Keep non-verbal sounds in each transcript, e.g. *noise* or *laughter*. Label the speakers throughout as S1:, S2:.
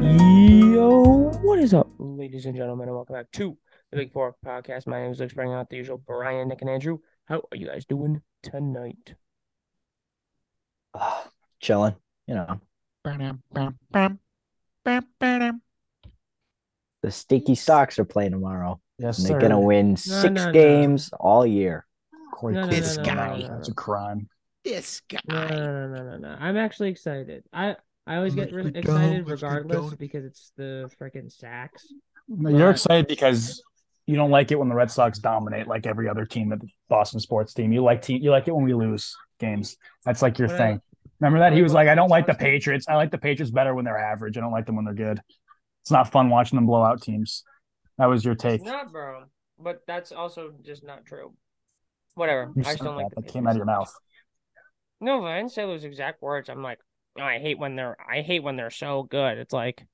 S1: Yo, what is up, ladies and gentlemen, and welcome back to the Big Four Podcast. My name is Luke Springer, out the usual Brian, Nick, and Andrew. How are you guys doing tonight?
S2: Ah, *sighs* chilling, you know, the Sticky Sox are playing tomorrow.
S3: Yes,
S2: And
S3: sir.
S2: they're gonna win six
S1: no, no.
S2: games all year.
S3: Corey
S1: No, no,
S3: Kluber.
S4: no, no, no,
S1: no, no.
S3: That's a crime.
S4: this guy.
S1: No, no, no, no, no, no. I'm actually excited. I I always get re-
S4: Let's go down,
S1: excited
S4: let's go
S1: regardless
S4: down.
S1: because it's the freaking sacks.
S3: No,
S1: Right.
S3: You're excited because you don't like it when the Red Sox dominate, like every other team at the Boston sports team. You like te- you like it when we lose games. That's like your
S1: What I-
S3: thing. Remember that he was like, I don't like the
S1: Sox team.
S3: Patriots. I like the Patriots better when they're average. I don't like them when they're good. It's not fun watching them blow out teams. That was your take.
S1: It's not, bro. But that's also just not true. Whatever.
S3: You
S1: I
S3: said
S1: just don't
S3: that.
S1: like the
S3: that came out of your mouth.
S1: No, but I didn't say those exact words. I'm like, "Oh, I hate when they're I hate when they're so good. It's like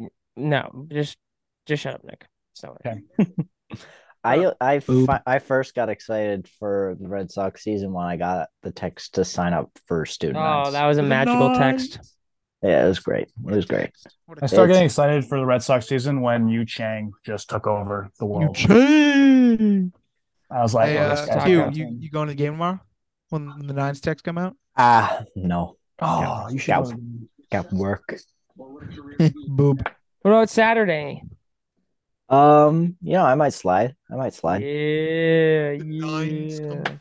S1: n- no, just just shut up, Nick. It's not
S3: Okay.
S1: Oh,
S2: I I
S4: Boom.
S2: fi- I first got excited for the Red Sox season when I got the text to sign up for student.
S1: Oh,
S2: Nights.
S1: that was a
S4: The
S1: magical
S4: night.
S1: text.
S2: yeah, it was great. It was great.
S4: What
S3: I
S4: a
S3: started
S2: It's-
S3: getting excited for the Red Sox season when Yu Chang just took over the
S4: you
S3: world.
S4: change.
S3: I was like,
S4: Hey,
S3: oh,
S4: uh,
S3: this
S1: Q,
S3: guy's
S4: Q,
S3: got
S4: you,
S3: it.
S4: you going to the game tomorrow when the Nines text come *laughs* out?
S2: Ah, no,
S3: oh, you should.
S2: Go. got work.
S4: Boob.
S1: What about Saturday?
S2: Um, you know, I might slide. I might slide.
S1: Yeah,
S4: Lions
S1: yeah.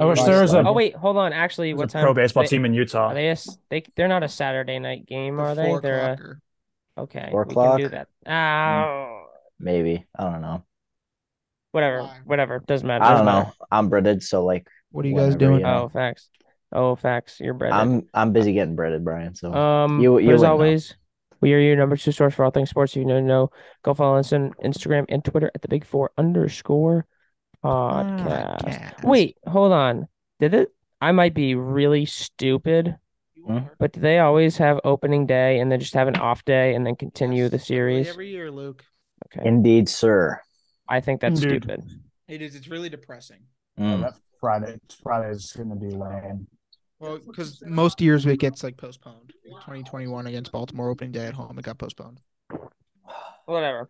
S3: I wish
S1: Yeah.
S3: there was a-
S1: Oh wait, hold on. Actually, what
S3: There's a
S1: time?
S3: pro baseball
S1: they-
S3: team in Utah.
S1: Are they a s they they're not a Saturday night game, are they? They're uh, a, okay.
S2: Four
S1: we can do
S2: o'clock?
S1: that.
S3: Mm.
S1: Ah,
S2: Maybe I don't know.
S1: whatever,
S4: Why?
S1: whatever. Doesn't matter.
S2: I
S1: doesn't
S2: don't
S1: matter.
S2: know. I'm breaded, so like
S4: What are you guys
S2: Whatever,
S4: doing?
S2: yeah. know.
S1: Oh, facts. Oh, facts. You're breaded.
S2: I'm I'm busy getting breaded, Brian. So
S1: Um,
S2: You-
S1: but
S2: you
S1: as
S2: would know.
S1: always, we are your number two source for all things sports. If you don't know, go follow us on Instagram and Twitter at the Big Four underscore podcast.
S4: Podcast.
S1: Wait, hold on. Did it? I might be really stupid,
S2: Hmm?
S1: but do they always have opening day and then just have an off day and then continue the series?
S4: Every year, Luke.
S1: Okay,
S2: indeed, sir.
S1: I think that's
S3: Dude.
S1: stupid.
S4: It is. It's really depressing.
S1: Oh,
S3: Yeah,
S2: Mm.
S3: that Friday, Friday's gonna be lame.
S4: Well, because most years it gets like postponed. Like 2021 against Baltimore opening day at home, it got postponed.
S1: Whatever.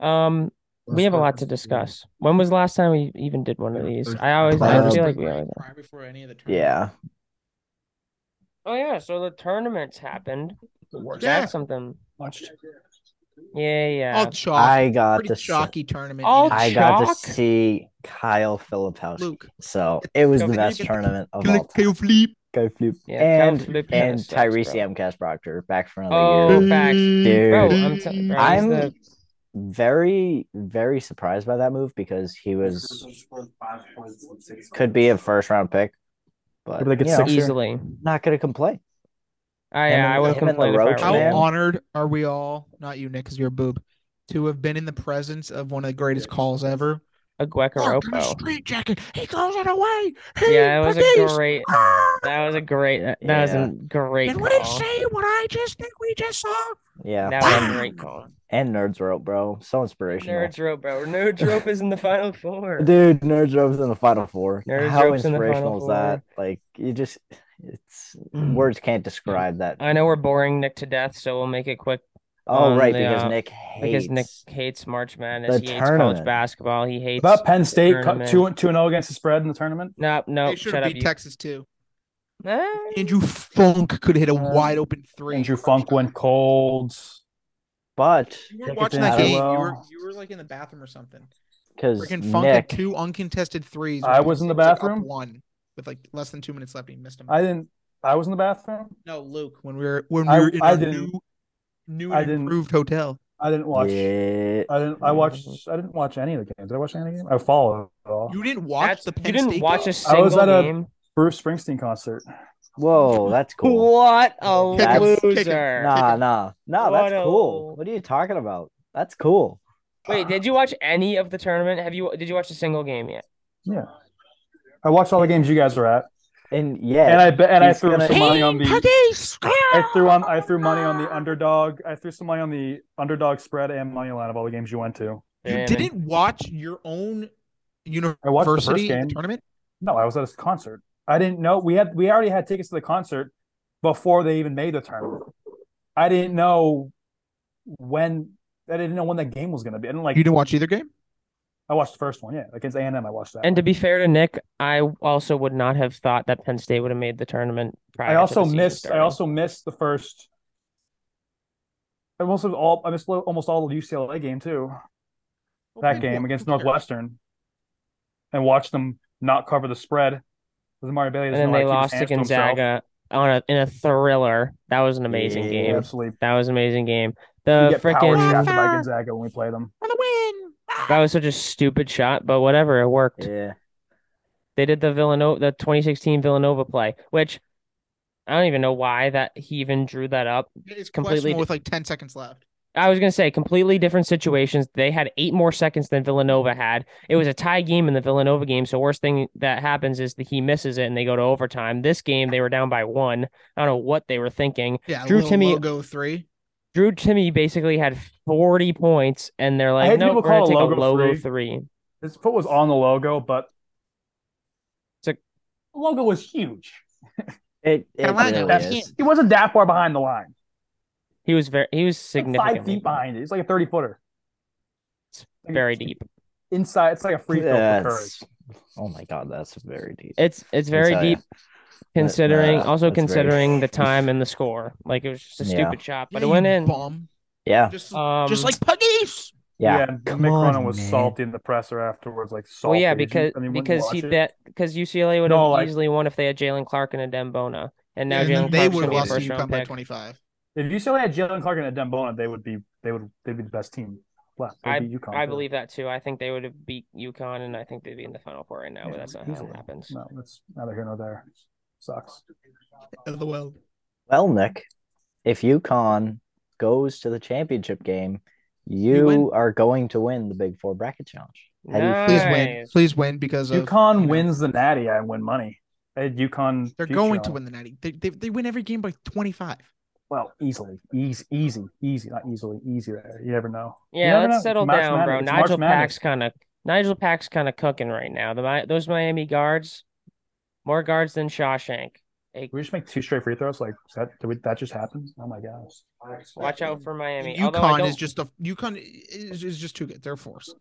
S1: Um, we have a lot to discuss. When was the last time we even did one of these? I always, I
S2: Prior-
S1: feel like we always.
S4: prior before any of the
S2: Yeah.
S1: Oh yeah, so the tournaments happened.
S3: The worst.
S4: Yeah.
S1: That's something.
S3: Watched.
S1: Yeah, yeah.
S4: All chalk.
S2: I got
S4: pretty
S2: the
S4: chalky tournament.
S1: All
S4: you know?
S2: I got to
S1: Chalk?
S2: see Kyle Filipowski.
S4: Luke.
S2: So it was
S1: Go
S2: the
S1: flip.
S2: best tournament of all time.
S4: Can you flip?
S2: Go flip.
S1: Yeah, Kyle
S2: and
S1: Flip
S2: and
S1: kinda sucks,
S2: Tyrese
S1: bro.
S2: Amcas Proctor back for another
S1: Oh,
S2: year.
S1: facts.
S2: Dude.
S1: Bro, I'm telling bro, he's
S2: I'm-
S1: the-
S2: Very, very surprised by that move because he was could be a first round pick. But
S3: Maybe they get
S2: you know,
S3: six- sure.
S1: easily.
S2: not gonna complain.
S1: I
S2: Him and-
S1: I would have
S2: him and the
S1: complained if I
S2: Roach
S1: were
S4: How
S2: man.
S1: him.
S4: honored are we all, not you, Nick, because you're a boob, to have been in the presence of one of the greatest calls ever?
S1: a
S4: Mark in a
S1: Guecaropo.
S4: street jacket. He throws it away. He
S1: Yeah, it was a
S4: Batiste.
S1: great
S4: Ah!
S1: that was a great that was a
S2: Yeah.
S1: great
S4: Did we
S1: call. Oh,
S4: see what I just think we just saw?
S2: Yeah.
S1: That was a great call.
S2: and Nerds Rope, bro. So inspirational.
S1: Nerds rope, bro.
S4: *laughs*
S1: Nerds rope is in the final four.
S2: Dude, Nerds Rope's in the final four.
S1: Nerds
S2: How
S1: Rope's in the
S2: inspirational
S1: Final
S2: is that? Like you just it's
S1: Mm.
S2: words can't describe that.
S1: I know we're boring Nick to death, so we'll make it quick.
S2: Oh
S1: on
S2: right,
S1: the,
S2: because
S1: uh,
S2: Nick
S1: Because
S2: hates
S1: Nick hates March Madness.
S2: The
S1: he hates college
S2: tournament.
S1: basketball. He hates
S3: About Penn State,
S1: tournament.
S3: cut two two and zero against the spread in the tournament.
S1: No, no,
S4: they should
S1: shut
S4: have
S1: up.
S4: beat
S1: you-
S4: Texas too.
S1: Ah.
S4: Andrew Funk could hit a
S1: Uh,
S3: Um,
S4: wide open three.
S3: Andrew Funk went cold.
S2: but
S4: You
S3: Check
S4: weren't
S3: it
S4: watching
S3: out.
S4: that game. You were,
S3: Well.
S4: you were like in the bathroom or something.
S2: because
S4: Freaking Funk had
S2: Nick
S4: two uncontested threes.
S3: I
S4: with-
S3: was in the
S4: it like up
S3: bathroom.
S4: one with like less than two minutes left. And he missed them.
S3: I didn't. I was in the bathroom.
S4: No, Luke. When we were when we
S3: I-
S4: were in
S3: I
S4: our
S3: didn't-
S4: new, new
S3: I
S4: and
S3: didn't-
S4: improved hotel.
S3: I didn't watch.
S2: Yeah.
S3: I didn't. I watched. I didn't watch any of the games. Did I watch any of the game? I followed it all.
S4: You didn't
S1: That's-
S4: watch the Penn
S1: you didn't
S4: State
S1: watch
S4: game?
S1: a
S3: I
S1: single
S3: was at a-
S1: game.
S3: Bruce Springsteen concert.
S2: Whoa, that's *laughs* cool.
S1: What a
S4: Kick
S2: him,
S4: kick him.
S1: loser!
S2: Nah, nah, nah.
S1: What
S2: That's
S1: a-
S2: cool. What are you talking about? That's cool.
S3: Ah.
S1: Wait, did you watch any of the tournament? Have you? Did you watch a single game yet?
S3: Yeah. I watched all the games you guys were at,
S2: And yeah,
S3: and I bet and I
S2: He's
S3: threw
S2: gonna-
S3: some money on the.
S4: Cookies!
S3: I threw on. I threw money on
S4: *laughs*
S3: the underdog. I threw some money on the underdog spread and money line of all the games you went to.
S1: Damn
S4: You
S1: it.
S4: didn't watch your own
S3: I watched the first
S4: university in
S3: game.
S4: the tournament?
S3: No, I was at a concert. I didn't know we had we already had tickets to the concert before they even made the tournament. I didn't know when I didn't know when that game was gonna be. I didn't like
S4: You didn't watch either game?
S3: I watched the first one, yeah, against A and I watched that.
S1: And
S3: one.
S1: to be fair to Nick, I also would not have thought that Penn State would have made the tournament. Prior
S3: I
S1: to the
S3: also
S1: season
S3: missed. I
S1: starting.
S3: also missed the first. I almost all. I missed almost all of the UCLA game too. That game against Northwestern, and watched them not cover the spread. Because Mario Bailey
S1: and
S3: doesn't
S1: then
S3: know how
S1: they
S3: to keep his
S1: lost to
S3: hands himself.
S1: Gonzaga on a in a thriller. That was an amazing
S2: Yeah.
S1: game.
S3: Absolutely,
S1: That was an amazing game.
S3: we
S1: The
S3: get power
S1: freaking
S3: shafted by Gonzaga when we play them.
S4: For the win.
S1: that was such a stupid shot, but whatever, it worked.
S2: Yeah.
S1: They did the Villanova, the 2016 Villanova play, which I don't even know why that he even drew that up.
S4: It's
S1: Completely
S4: completely
S1: di-
S4: with like ten seconds left.
S1: I was gonna say completely different situations. They had eight more seconds than Villanova had. It was a tie game in the Villanova game, so worst thing that happens is that he misses it and they go to overtime. This game they were down by one. I don't know what they were thinking.
S4: Yeah,
S1: Drew
S4: little
S1: Timmy-
S4: logo three.
S1: Drew Timmy basically had forty points, and they're like,
S3: hate
S1: "No, we're
S3: people
S1: gonna
S3: call it
S1: take
S3: logo
S1: a logo
S3: three.
S1: three.
S3: His foot was on the logo, but
S1: It's like-
S3: the logo was huge.
S2: It, it
S4: Carolina,
S2: really
S4: that's-
S2: is.
S3: He wasn't that far behind the line.
S1: He was very, he was
S3: Like
S1: significantly
S3: five feet behind it. He's like a thirty footer.
S1: It's very deep.
S3: Inside, it's like a free throw for Curry.
S2: That's- oh my god, that's very deep.
S1: It's it's
S2: I'll
S1: very
S2: tell ya.
S1: deep, considering
S2: nah,
S1: also
S2: that's very-
S1: considering
S2: *laughs*
S1: the time and the score. Like it was just a
S2: Yeah.
S1: stupid shot, but
S4: Yeah,
S1: it went
S4: you
S1: in.
S4: Bum.
S2: Yeah.
S4: Just,
S1: Um,
S4: just like Puggies.
S2: Yeah.
S3: Mick
S2: Come on,
S3: Cronin was
S2: man.
S3: salty in the presser afterwards, like salty.
S1: Well, yeah,
S3: Did you-
S1: because
S3: I mean, when you
S1: because
S3: watch
S1: he
S3: it-
S1: that because UCLA would have
S3: No, like-
S1: easily won if they had Jalen Clark and a Dembona, and now
S4: and then
S1: Jalen
S4: they
S1: Clark's
S4: would
S1: gonna
S4: have
S1: be a
S4: lost to
S1: first round
S4: UConn by
S1: pick.
S4: twenty five.
S3: if UCLA had Jalen Clark and a Dembona, they would be they would they'd be the best team left. They'd be UConn,
S1: I
S3: too.
S1: believe that too. I think they would have beat UConn, and I think they'd be in the final four right now, but
S3: Yeah,
S1: that's not how
S3: easily.
S1: it happens.
S3: No, that's neither here nor there. Sucks.
S4: the well.
S2: Well, Nick, if UConn goes to the championship game, you,
S4: win.
S2: are going to win the Big Four bracket challenge. How do you feel?
S4: Please win.
S1: Nice.
S4: Please win because of
S3: UConn
S4: know.
S3: wins the Natty. I win money. I had UConn.
S4: They're
S3: future
S4: going
S3: on
S4: to
S3: it.
S4: win the ninety. They, they they win every game by twenty five.
S3: Well, easily, easy, easy, easy, not easily, easy. There, you never know. You
S1: Yeah,
S3: never
S1: let's
S3: know. It's
S1: settle
S3: March
S1: down,
S3: Madness.
S1: bro.
S3: It's March
S1: Nigel
S3: Madness.
S1: Pack's kind of Nigel Pack's kind of cooking right now. The Mi- those Miami guards, more guards than Shawshank. Hey,
S3: Did we just make two straight free throws. Like is that, did we, that just happened? Oh my gosh!
S1: watch out for Miami. Although I
S4: UConn
S1: don't-
S4: is just a UConn is, is just too good. They're a force.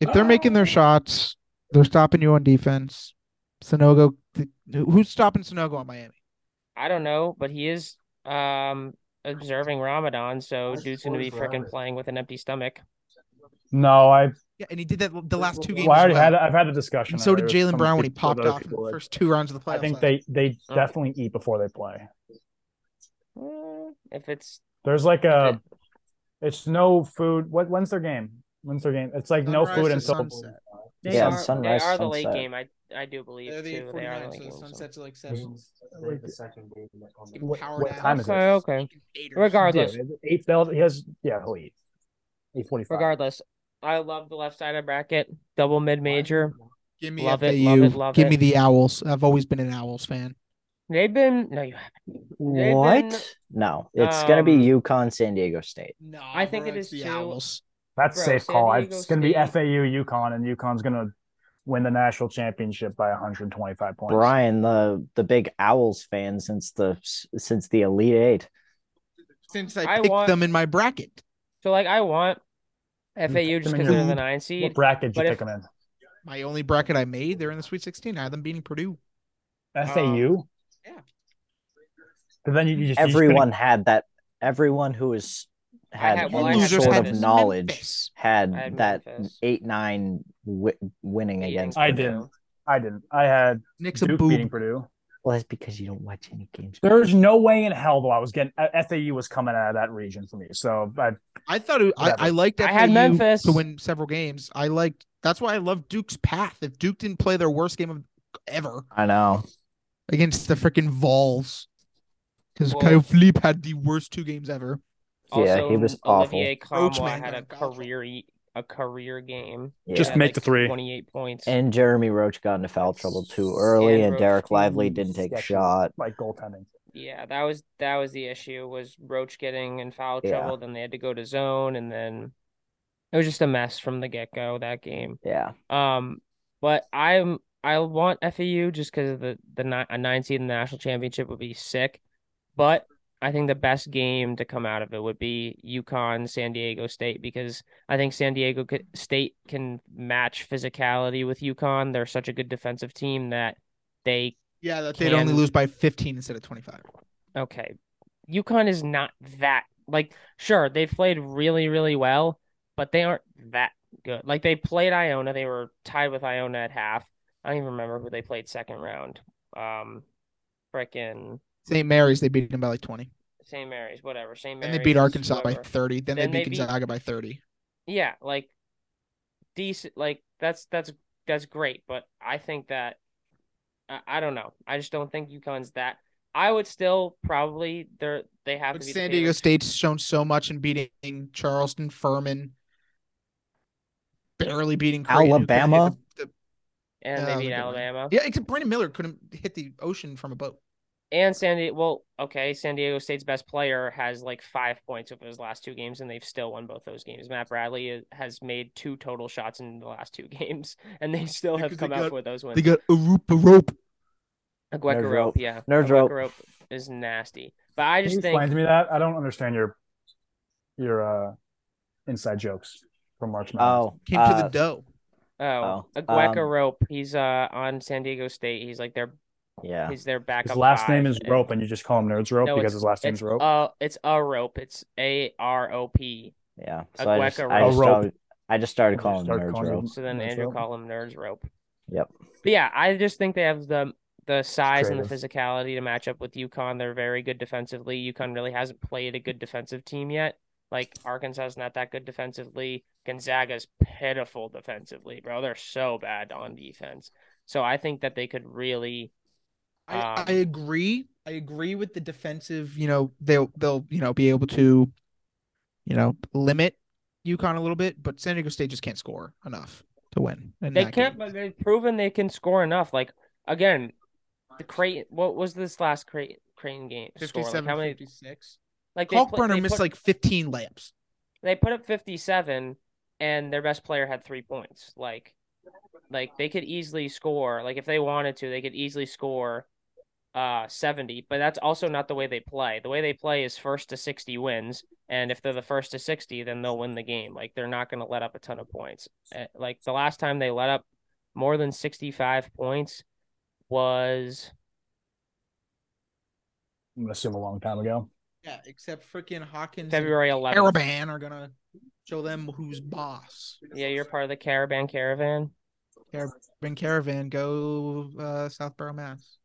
S4: If they're making their shots, they're stopping you on defense. Sonogo, who's stopping Sonogo on Miami?
S1: I don't know, but he is um observing Ramadan, so
S3: That's
S1: dude's gonna be
S3: always what
S1: freaking
S3: happens.
S1: playing with an empty stomach.
S3: No, I.
S4: Yeah, and he did that the last two
S3: well,
S4: games.
S3: I already
S4: as well.
S3: had. I've had a discussion.
S4: And so did
S3: already with
S4: Jalen
S3: some
S4: Brown when he
S3: people,
S4: popped
S3: those
S4: off in
S3: people,
S4: the
S3: like,
S4: first two rounds of the playoffs.
S3: I think
S4: last-
S3: they they
S1: Oh.
S3: definitely eat before they play.
S1: Mm, If it's
S3: There's like a. It's no food. What? When's their game? When's their game? It's like no
S4: Sunrise
S3: food
S4: to
S3: until.
S4: sunset.
S1: they
S2: Yeah,
S1: are
S2: sunrise,
S1: they are the late
S2: sunset.
S1: game. I I do believe too. They are the late game. so- *laughs*
S4: like
S3: What,
S4: Power
S3: what
S4: nap.
S3: time is it?
S1: Okay, okay. Regardless,
S3: Yeah, eight. They'll, he has. Yeah, he'll eat. Eight forty-five.
S1: regardless, I love the left side of bracket. Double mid major.
S4: Give me
S1: Love
S4: FAU.
S1: it, love it, love
S4: Give
S1: it.
S4: me the Owls. I've always been an Owls fan.
S1: They've been no, you haven't. They've
S2: What?
S1: been-
S2: No, it's gonna be
S1: Um,
S2: UConn, San Diego State.
S4: No,
S1: I think bro, it it's is the too- Owls.
S3: That's
S1: Bro,
S3: safe
S1: San
S3: call.
S1: Diego
S3: It's going to be
S1: State-
S3: FAU UConn, and UConn's going to win the national championship by 125 points.
S2: Brian, the the big Owls fan since the since the Elite Eight.
S4: Since I
S1: I
S4: picked
S1: want-
S4: them in my bracket,
S1: So like I want FAU
S3: Put
S1: just
S3: them in
S1: because they're
S3: your-
S1: the nine
S3: What
S1: seed.
S3: bracket
S1: But
S3: you pick
S1: if-
S3: them
S4: Um,
S3: in?
S4: my only bracket I made, they're in the Sweet 16. I had them beating Purdue.
S3: FAU?
S4: yeah.
S3: But then you, you just you just pick-
S2: Everyone had that. Everyone who has had,
S1: had- well, I
S2: any
S1: had
S2: sort of
S1: Memphis.
S2: knowledge
S4: Memphis.
S2: had
S1: I had
S2: that
S1: Memphis.
S2: eight nine wi- winning
S1: Beating
S2: against.
S3: I
S2: Purdue.
S3: didn't. I didn't. I had
S4: Nick's a
S3: Duke
S4: boob.
S3: beating Purdue.
S2: Well, that's because you don't watch any games.
S3: There's no way in hell though I was getting uh, FAU was coming out of that region for me. So I
S4: I thought it, I,
S3: Whatever.
S4: I liked FAU
S1: I had Memphis.
S4: to win several games. I liked that's why I love Duke's path. If Duke didn't play their worst game of ever
S2: I know.
S4: against the freaking Vols, because
S1: Well-
S4: Kyle Philippe had the worst two games ever.
S2: Yeah,
S1: Also,
S2: he was
S1: Olivier
S4: Roach
S1: Cromwell
S4: man
S1: had a
S4: got fouled.
S1: career e, a career game.
S2: Yeah.
S3: Just
S1: Had,
S3: make
S1: like,
S3: the three.
S1: 28 points.
S2: and Jeremy Roach got into foul trouble too early,
S1: And
S2: and,
S1: Roach
S2: Derek
S1: too.
S2: Lively didn't take a
S3: Sketchy.
S2: shot.
S3: like goaltending.
S1: Yeah, that was that was the issue was Roach getting in foul
S2: Yeah.
S1: trouble, then they had to go to zone and then it was just a mess from the get-go that game.
S2: Yeah,
S1: Um but I'm I want FAU just cuz of the the ni- a 9 seed in the national championship would be sick. But I think the best game to come out of it would be UConn San Diego State because I think San Diego could, State can match physicality with UConn. They're such a good defensive team that they
S4: Yeah, that they'd only
S1: Can-
S4: lose by 15 instead of 25.
S1: okay. UConn is not that like sure they've played really really well, but they aren't that good. Like they played Iona, they were tied with Iona at half. I don't even remember who they played second round. Um, frickin'
S4: St. Mary's, they beat them by like 20.
S1: St. Mary's, whatever. St.
S4: Then
S1: Mary's.
S4: they beat Arkansas by
S1: whoever.
S4: 30. Then,
S1: Then
S4: they
S1: they
S4: beat
S1: beat-
S4: Gonzaga by 30.
S1: yeah, like decent, like that's that's that's great, but I think that I, I don't know. I just don't think UConn's that. I would still probably they're they have
S4: But
S1: to be the
S4: San Diego
S1: favorites.
S4: State's shown so much in beating Charleston, Furman, barely beating Creighton, who couldn't hit
S2: Alabama?
S4: the- the-
S1: and
S4: Yeah,
S1: they
S4: they
S1: beat
S4: did.
S1: Alabama
S4: yeah, except Brandon Miller couldn't hit the ocean from a boat.
S1: and San Diego. Well, okay, San Diego State's best player has like five points over his last two games, and they've still won both those games. Matt Bradley is- has made two total shots in the last two *laughs* games, and they still
S4: Yeah,
S1: have
S4: 'cause they
S1: come out
S4: got-
S1: with those wins.
S4: They got a rope, a rope.
S1: A Gwecker
S2: Nerds
S1: rope,
S2: rope.
S1: yeah.
S2: Nerds
S1: a Gwecker
S2: rope.
S1: is nasty. But I
S3: Can
S1: just
S3: you
S1: think
S3: explain to me that? I don't understand your your uh inside jokes from March Madness.
S2: Oh,
S4: Came to
S2: uh,
S4: the dough.
S1: oh,
S2: Oh,
S1: a Gwecker
S2: um,
S1: rope. He's uh on San Diego State. He's like their
S2: yeah.
S1: he's their backup.
S3: his last name
S1: five.
S3: is Rope, and you just call him Nerds Rope
S1: No, it's-
S3: because his last name's
S1: It's
S3: Rope.
S1: uh it's a rope. It's A R O P.
S2: Yeah.
S1: A
S2: So I just,
S1: Gueca
S2: I
S1: rope.
S2: just
S3: A rope.
S2: started, I just started
S3: Just
S2: calling them
S3: start
S2: nerds
S3: calling
S2: rope.
S3: them-
S1: So then
S3: Nerds
S1: Andrew
S3: rope.
S1: called him Nerds rope.
S2: Yep.
S1: But yeah, I just think they have the the size and the
S3: creative.
S1: physicality to match up with UConn. They're very good defensively. UConn really hasn't played a good defensive team yet. Like Arkansas's not that good defensively. Gonzaga's pitiful defensively, bro. They're so bad on defense. So I think that they could really
S4: I,
S1: um,
S4: I agree. I agree with the defensive. You know, they'll they'll you know be able to, you know, limit UConn a little bit, but San Diego State just can't score enough to win. in
S1: they
S4: that
S1: can't
S4: game.
S1: but they've proven they can score enough. Like again, the Creighton what was this last Creighton Creighton game score? Like
S4: 57,
S1: how many
S4: 56.
S1: like they put-
S4: Kalkbrenner
S1: they
S4: missed
S1: put-
S4: like 15 layups.
S1: they put up 57 and their best player had three points like like they could easily score like if they wanted to they could easily score uh 70 but that's also not the way they play the way they play is first to 60 wins and if they're the first to 60 then they'll win the game like they're not going to let up a ton of points Eh, like the last time they let up more than 65 points was
S3: I'm gonna assume a long time ago.
S4: Yeah, except freaking Hawkins.
S1: February 11th
S4: Caravan are gonna show them who's boss.
S1: yeah you're part of the caravan caravan
S4: Caravan, caravan, go uh, Southborough, Mass.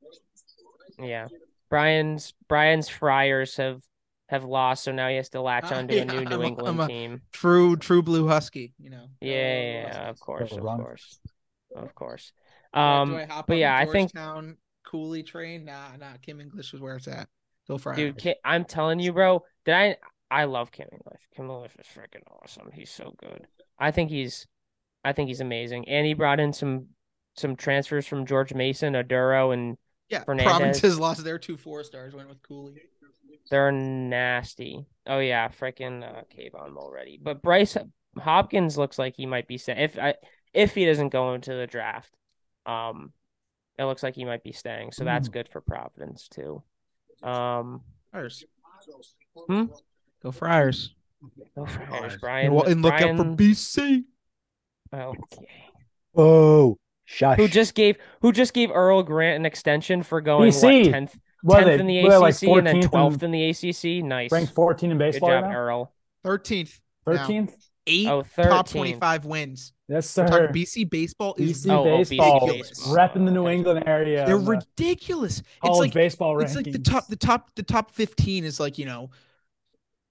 S1: Yeah. Brian's Brian's Friars have have lost, so now he has to latch
S4: Ah,
S1: onto a new
S4: yeah,
S1: New
S4: I'm a-
S1: England
S4: I'm a- Oh,
S1: team.
S4: True, true blue husky. You know.
S1: Yeah, yeah, yeah,
S4: Oh,
S1: of course, of
S3: Run.
S1: course, of course.
S4: do I
S1: Um,
S4: hop
S1: but
S4: on
S1: yeah, I
S4: the
S1: think-
S4: Georgetown Cooley train? Nah, nah. Kim English is where it's at. Go for
S1: dude, Ki- I'm telling you, bro. Did I? I love Kim English. Kim English is freaking awesome. He's so good. I think he's, I think he's amazing. And he brought in some some transfers from George Mason, Aduro, and
S4: yeah.
S1: Fernandez.
S4: Provinces lost their two four stars. Went with Cooley.
S1: they're nasty. Oh yeah, freaking uh, Kayvon Mulready. But Bryce Hopkins looks like he might be staying. If I, if he doesn't go into the draft, um, it looks like he might be staying. So
S4: Hmm.
S1: that's good for Providence too. Um,
S4: Friars.
S1: Hmm?
S4: Go Friars.
S1: go Friars,
S3: Friars.
S1: oh, Brian.
S4: And, wa- and look out for
S1: Brian-
S4: BC.
S1: okay.
S2: Oh, shush.
S1: Who just gave who just gave Earl Grant an extension for going
S3: BC.
S1: what tenth
S3: What are
S1: tenth
S3: they-
S1: in the
S3: what are they, like
S1: ACC and then
S3: 14th in-
S1: twelfth in the ACC? Nice,
S3: Ranked 14 in
S1: good
S3: baseball.
S1: job,
S3: right
S1: Earl.
S4: Thirteenth.
S3: now?
S4: now.
S3: 13th.
S4: Eight
S1: Oh,
S4: top
S1: 13th.
S4: twenty-five wins.
S3: Yes,
S4: We're
S3: sir.
S4: talking BC baseball is
S3: BC
S1: Oh, oh,
S3: baseball,
S4: ridiculous.
S3: rep in the New
S1: Okay.
S3: England area.
S4: They're
S3: in the
S4: ridiculous. It's
S3: college
S4: like
S3: baseball rankings.
S4: it's like the top, the top, the top fifteen is like you know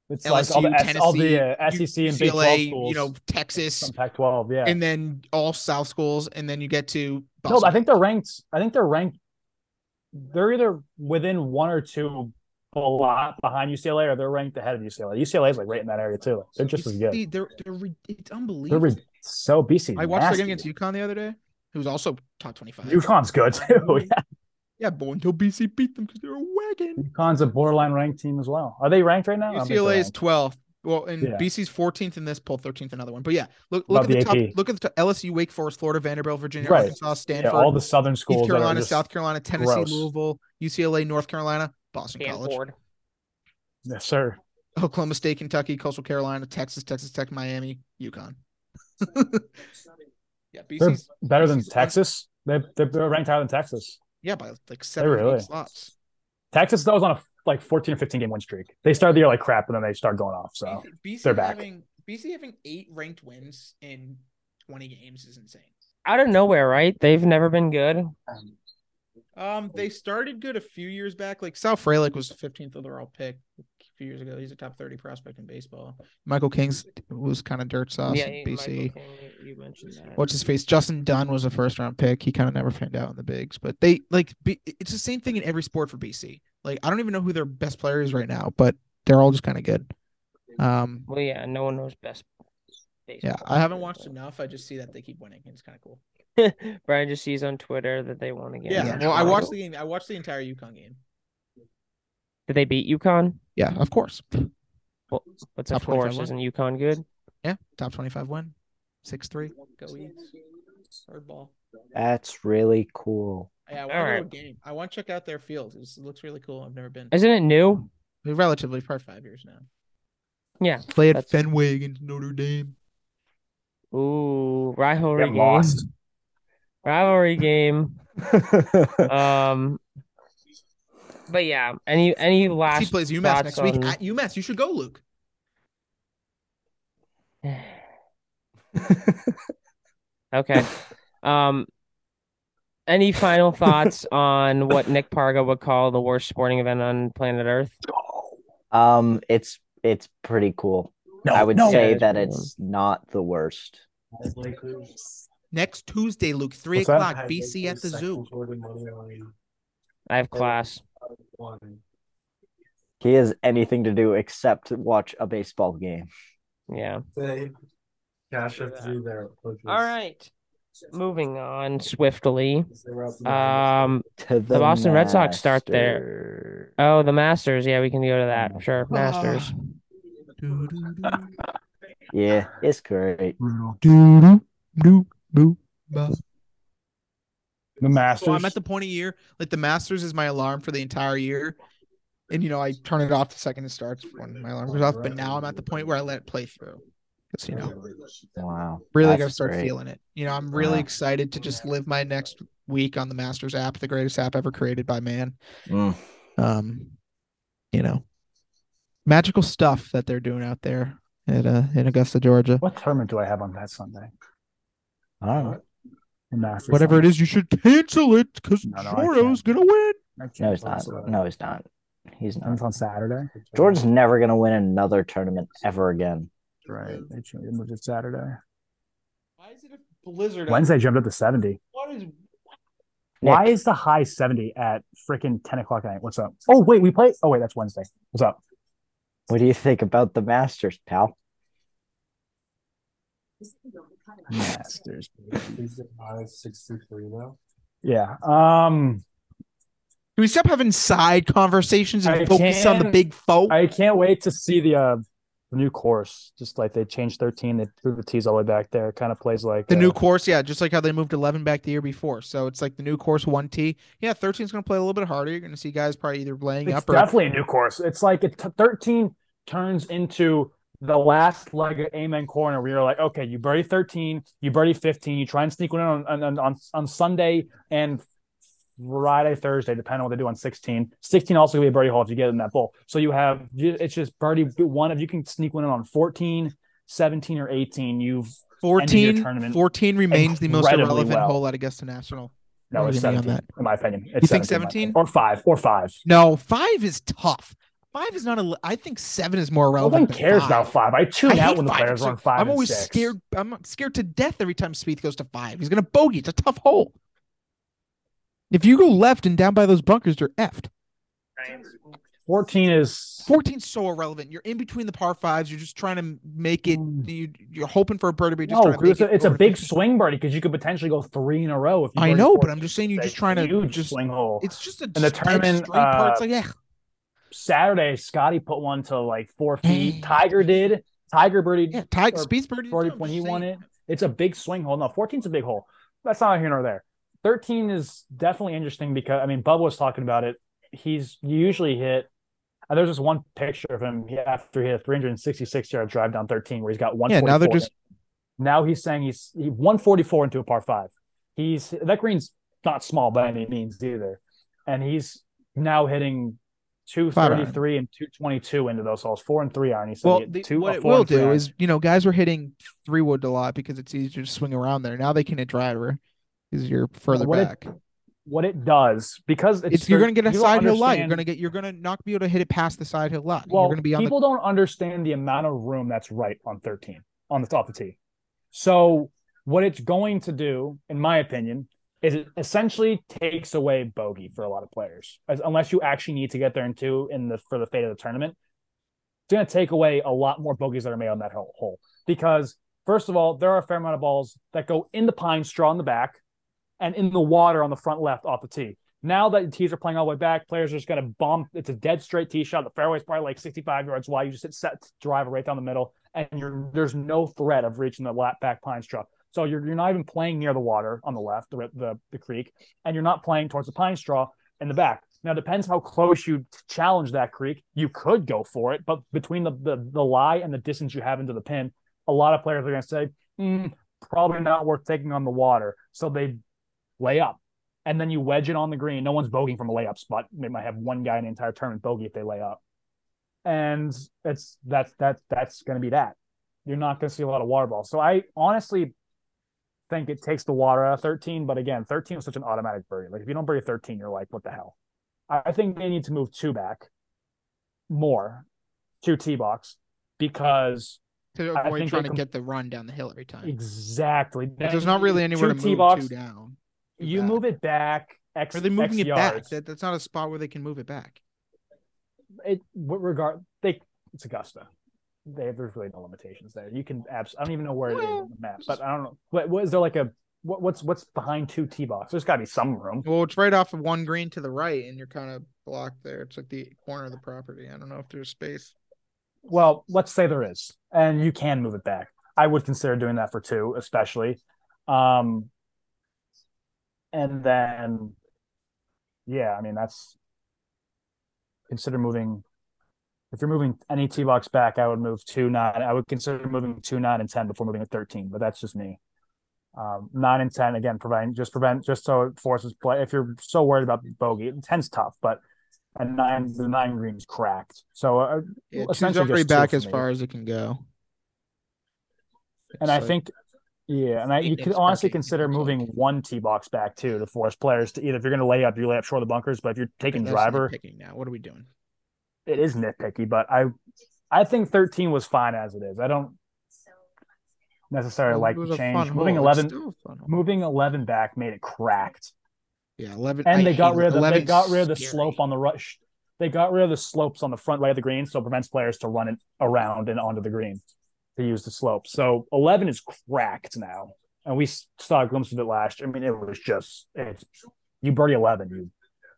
S3: It's like all
S4: LSU,
S3: the, S- all
S4: Tennessee,
S3: the uh, SEC and Big 12
S4: UCLA,
S3: schools.
S4: you know Texas,
S3: from Pac-12, yeah.
S4: and then all South schools, and then you get to
S3: No,
S4: Boston.
S3: I think they're ranked. I think they're ranked. They're either within one or two a lot behind UCLA, or they're ranked ahead of UCLA. UCLA is like right in that area too. They're just as
S4: It's-
S3: good.
S4: they- They're, they're re- it's
S3: They're
S4: unbelievable.
S3: re- so BC.
S4: I watched their game
S3: nasty.
S4: against UConn the other day, who was also top twenty-five.
S3: *laughs* UConn's good too. Yeah,
S4: Yeah, but until BC beat them because they're a wagon.
S3: UConn's a borderline ranked team as well. Are they ranked right now? Oh I don't think they're
S4: UCLA is
S3: ranked.
S4: 12th. Well, and
S3: Yeah.
S4: BC's 14th in this poll, 13th another one. But yeah, look
S3: About
S4: look at the,
S3: the
S4: top.
S3: AP.
S4: Look at the top, LSU, Wake Forest, Florida, Vanderbilt, Virginia,
S3: Right.
S4: Arkansas,
S3: yeah,
S4: Stanford,
S3: all the southern schools.
S4: East
S3: that are
S4: Carolina,
S3: just-
S4: South Carolina, Tennessee,
S3: gross.
S4: Louisville, UCLA, North Carolina, Boston College.
S1: Stanford.
S3: Yes, sir.
S4: Oklahoma State, Kentucky, Coastal Carolina, Texas, Texas Tech, Miami, UConn. *laughs* yeah,
S3: They're
S4: BC's
S3: better than
S4: BC's
S3: Texas. They they're, they're ranked higher than Texas.
S4: Yeah, by like seven or
S3: really?
S4: eight slots.
S3: Texas that was on a like 14 or 15 game win streak. They started the year like crap and then they start going off. So
S4: BC,
S3: they're back.
S4: having BC having eight ranked wins in twenty games is insane.
S1: Out of nowhere, right? They've never been good.
S4: Um, they started good a few years back. Like Sal Frelick was the 15th overall pick a few years ago. He's a top 30 prospect in baseball. Michael King's was kind of dirt sauce in BC.
S1: you mentioned that.
S4: What's his face? Justin Dunn was a first round pick. He kind of never fanned out in the bigs, but they like B- it's the same thing in every sport for BC. Like I don't even know who their best player is right now, but they're all just kind of good. Um,
S1: well, yeah, no one knows best.
S4: yeah, I haven't watched enough. I just see that they keep winning. It's kind of cool.
S1: it. *laughs* Brian just sees on Twitter that they won again.
S4: Yeah,
S1: That's
S4: well, I
S1: fine.
S4: watched the game. I watched the entire UConn game.
S1: Did they beat UConn?
S4: Yeah, of course.
S1: What's the
S4: Top 25
S1: score?
S4: win.
S1: Isn't UConn good?
S4: Yeah, top 25 win, six three. Go Eagles. Third ball.
S2: That's really cool.
S4: Yeah, I
S1: All
S4: want to go
S1: right.
S4: to a game. I want to check out their field. It's, it looks really cool. I've never been.
S1: Isn't it new?
S4: They're relatively probably five years now.
S1: Yeah.
S4: Play
S1: that's-
S4: Fenway against Notre Dame.
S1: Ooh, rivalry
S3: Get
S1: game.
S3: lost.
S1: Rivalry game. Um, but yeah, any any
S4: He
S1: last
S4: plays UMass
S1: thoughts
S4: next week
S1: on-
S4: at UMass. You should go, Luke.
S1: *sighs* okay. Um, any final thoughts
S5: *laughs*
S1: on what Nick Parga would call the worst sporting event on planet Earth?
S2: Um, it's it's pretty cool.
S3: no,
S2: I would
S3: no.
S1: Yeah,
S2: say
S1: it's
S2: that
S1: pretty
S2: it's not the worst.
S4: Next Tuesday, Luke, three
S3: What's that?
S4: o'clock. BC at the zoo.
S1: I have class.
S2: He has anything to do except watch a baseball game.
S1: Yeah.
S5: Cash up through there. coaches.
S1: All right. Moving on swiftly.
S5: They were out the-
S1: Um,
S2: To the,
S1: Boston Red Sox start there.
S2: there.
S1: oh, the Masters. Yeah, we can go to
S5: Oh.
S1: that. Sure,
S4: Ah.
S1: Masters.
S3: Ah.
S4: *laughs*
S2: Yeah, it's great.
S5: Brutal.
S4: Do do do do.
S3: The Masters.
S4: So I'm at the point of year, like the Masters is my alarm for the entire year. And you know, I turn it off the second it starts when my alarm goes off. But now I'm at the point where I let it play through. Because you know,
S2: Wow.
S4: really gotta
S2: That's
S4: start
S2: great.
S4: feeling it. You know, I'm really
S2: Yeah.
S4: excited to just live my next week on the Masters app, the greatest app ever created by man.
S2: Mm.
S4: Um, you know, magical stuff that they're doing out there at uh in Augusta, Georgia.
S3: what tournament do I have on that Sunday?
S2: I don't know.
S3: The Masters.
S4: Whatever it is, you should cancel it because
S3: No, no, I
S4: Joro's
S3: can't.
S4: gonna win.
S3: I can't
S2: No, he's not.
S3: cancel that.
S2: No, he's not. He's
S3: And
S2: not.
S3: it's on Saturday.
S2: George's never gonna win another tournament ever again.
S3: Right. They changed it to Saturday.
S4: Why is it a blizzard?
S3: Wednesday jumped up to 70.
S4: What is
S3: Why is the high 70 at freaking 10 o'clock at night? What's up? Oh, wait, we play. Oh, wait, that's Wednesday. What's up?
S2: What do you think about the Masters, pal?
S3: Masters.
S5: Is it five, six, two, three now?
S3: Yeah. Um,
S4: Can we stop having side conversations and
S3: I
S4: focus on the
S3: can-
S4: big folk?
S3: I can't wait to see the uh, the new course. Just like they changed 13, they threw the tees all the way back there. Kind of plays like
S4: the
S3: uh,
S4: new course, yeah, just like how they moved 11 back the year before. So it's like the new course 1T. Yeah, 13's going to play a little bit harder. You're going to see guys probably either laying
S3: It's
S4: up or
S3: definitely a new course. It's like it t- 13 turns into the last leg of Amen Corner where you're like, okay, you birdie 13, you birdie 15, you try and sneak one in on, on, on, on Sunday and Friday, Thursday, depending on what they do on 16. 16 also could be a birdie hole if you get in that bowl. So you have, it's just birdie one. If you can sneak one in on 14, 17, or 18, you've,
S4: 14.
S3: tournament
S4: 14 remains the most
S3: incredibly
S4: irrelevant
S3: well.
S4: hole at Augusta National.
S3: no,
S4: Where
S3: it's
S4: are they on
S3: 17,
S4: that?
S3: in my opinion.
S4: You
S3: It's
S4: think 17?
S3: 17? Or five, or five.
S4: No, five is tough. Five is not a. I think seven is more
S3: No
S4: relevant.
S3: one
S4: than
S3: cares
S4: five.
S3: about five. I tune
S4: I hate
S3: out when the
S4: five.
S3: players
S4: So
S3: are on five.
S4: I'm
S3: and
S4: always
S3: six.
S4: scared. I'm scared to death every time Spieth goes to five. He's going to bogey. It's a tough hole. If you go left and down by those bunkers, you're effed.
S3: 14 is
S4: 14 's so irrelevant. You're in between the par fives. You're just trying to make it. You, you're hoping for a birdie. but You're just
S3: Mm. No,
S4: trying to make
S3: it's a,
S4: it
S3: it's a
S4: over
S3: big
S4: 50.
S3: swing birdie because you could potentially go three in a row. If you
S4: I
S3: birdie
S4: know, but
S3: 14.
S4: I'm just saying you're
S3: It's
S4: just
S3: a
S4: trying to
S3: huge
S4: just.
S3: swing hole.
S4: It's just a
S3: the
S4: just dead
S3: tournament,
S4: straight part. It's
S3: uh,
S4: like yeah,
S3: Saturday, Scotty put one to like four
S4: Dang.
S3: feet. Tiger did. Tiger birdie
S4: yeah. Tiger
S3: or
S4: Spieth's birdie.
S3: birdie
S4: I'm
S3: when
S4: just
S3: he won
S4: saying.
S3: it. It's a big swing hole. No, 14's a big hole. That's not here nor there. 13 is definitely interesting because I mean Bubba was talking about it. He's you usually hit And there's just one picture of him he- after he had a 366 yard drive down 13 where he's got one.
S4: Yeah, now they're just
S3: Now he's saying he's he 144 into a par five. He's that green's not small by any means either, and he's now hitting 233 and 222 into those holes, four and three iron. He said
S4: well.
S3: he hit
S4: the-
S3: two,
S4: what
S3: a
S4: it
S3: four
S4: will
S3: and three
S4: do
S3: iron.
S4: is you know guys were hitting three wood a lot because it's easier to swing around there. Now they can hit driver because you're further
S3: what it-
S4: back.
S3: what it does because it's,
S4: it's you're
S3: there-
S4: going to get a
S3: you don't
S4: side hill lot. You're
S3: understand-
S4: going to get you're going to not be able to hit it past the side hill lot.
S3: Well,
S4: you're going to be on
S3: people don't understand the amount of room that's right on 13 on the top of the tee. So what it's going to do, in my opinion, is it essentially takes away bogey for a lot of players, as, unless you actually need to get there in two in the for the fate of the tournament. It's going to take away a lot more bogeys that are made on that hole, hole because first of all, there are a fair amount of balls that go in the pine straw in the back, and in the water on the front left off the tee. Now that the tees are playing all the way back, players are just going to bump. It's a dead straight tee shot. The fairway's probably like 65 yards wide. You just hit set driver right down the middle, and you're there's no threat of reaching the lap back pine straw. So you're, you're not even playing near the water on the left, the, the the creek, and you're not playing towards the pine straw in the back. Now it depends how close you challenge that creek. You could go for it, but between the the, the lie and the distance you have into the pin, a lot of players are going to say, "Mm, probably not worth taking on the water. So they lay up. And then you wedge it on the green. No one's bogeying from a layup spot. They might have one guy in the entire tournament bogey if they lay up. And it's that's that's that's gonna be that. You're not gonna see a lot of water balls. So I honestly think it takes the water out of 13, but again, 13 is such an automatic birdie. Like if you don't birdie 13, you're like, what the hell? I I think they need to move two back more, two T box, because
S4: the
S3: I- I
S4: to avoid
S3: think they
S4: trying to
S3: com-
S4: get the run down the hill every time.
S3: exactly.
S4: There's not really anywhere to
S3: Two
S4: move
S3: tee box,
S4: two down.
S3: You
S4: back.
S3: move it back X.
S4: Are they moving
S3: X
S4: it back?
S3: yards.
S4: That, that's not a spot where they can move it back.
S3: it with regard they it's Augusta. They there's really no limitations there. You can abs- I don't even know where it is on the map, but I don't know. What, what is there like a what, what's what's behind two tee box? There's got to be some room.
S4: Well, it's right off of one green to the right, and you're kind of blocked there. It's like the corner of the property. I don't know if there's space.
S3: Well, let's say there is, and you can move it back. I would consider doing that for two, especially. Um, and then, yeah, I mean that's consider moving. If you're moving any T box back, I would move two nine. I would consider moving two nine and ten before moving to thirteen, but that's just me. Um, nine and ten again, prevent just prevent just so it forces play. If you're so worried about bogey, ten's tough, but and nine the nine green's cracked. So uh,
S4: Yeah,
S3: Well,
S4: two's
S3: essentially
S4: already
S3: just two
S4: back
S3: for
S4: as
S3: me.
S4: far as it can go.
S3: and
S4: It's
S3: I
S4: like-
S3: think, yeah, and I,
S4: eight
S3: you could
S4: next
S3: honestly
S4: bucket, and
S3: consider
S4: it's like-
S3: moving one tee box back too to force players to either if you're going to lay up, you lay up short of the bunkers. But if you're taking
S4: That's
S3: driver,
S4: nitpicking now. What are we doing?
S3: it is nitpicky. But I, I think 13 was fine as it is. I don't necessarily
S4: Well,
S3: like
S4: it was
S3: the
S4: a fun
S3: change. Moving
S4: hole. It's
S3: 11,
S4: still a fun hole.
S3: moving 11 back made it cracked,
S4: Yeah, eleven.
S3: and
S4: I
S3: they got
S4: hate
S3: rid of the, they
S4: 11's
S3: got rid of the
S4: scary.
S3: slope on the rush. They got rid of the slopes on the front right of the green, so it prevents players to run it around and onto the green to use the slope. So 11 is cracked now. and we s- saw a glimpse of it last. year. I mean, it was just it's you birdie eleven, you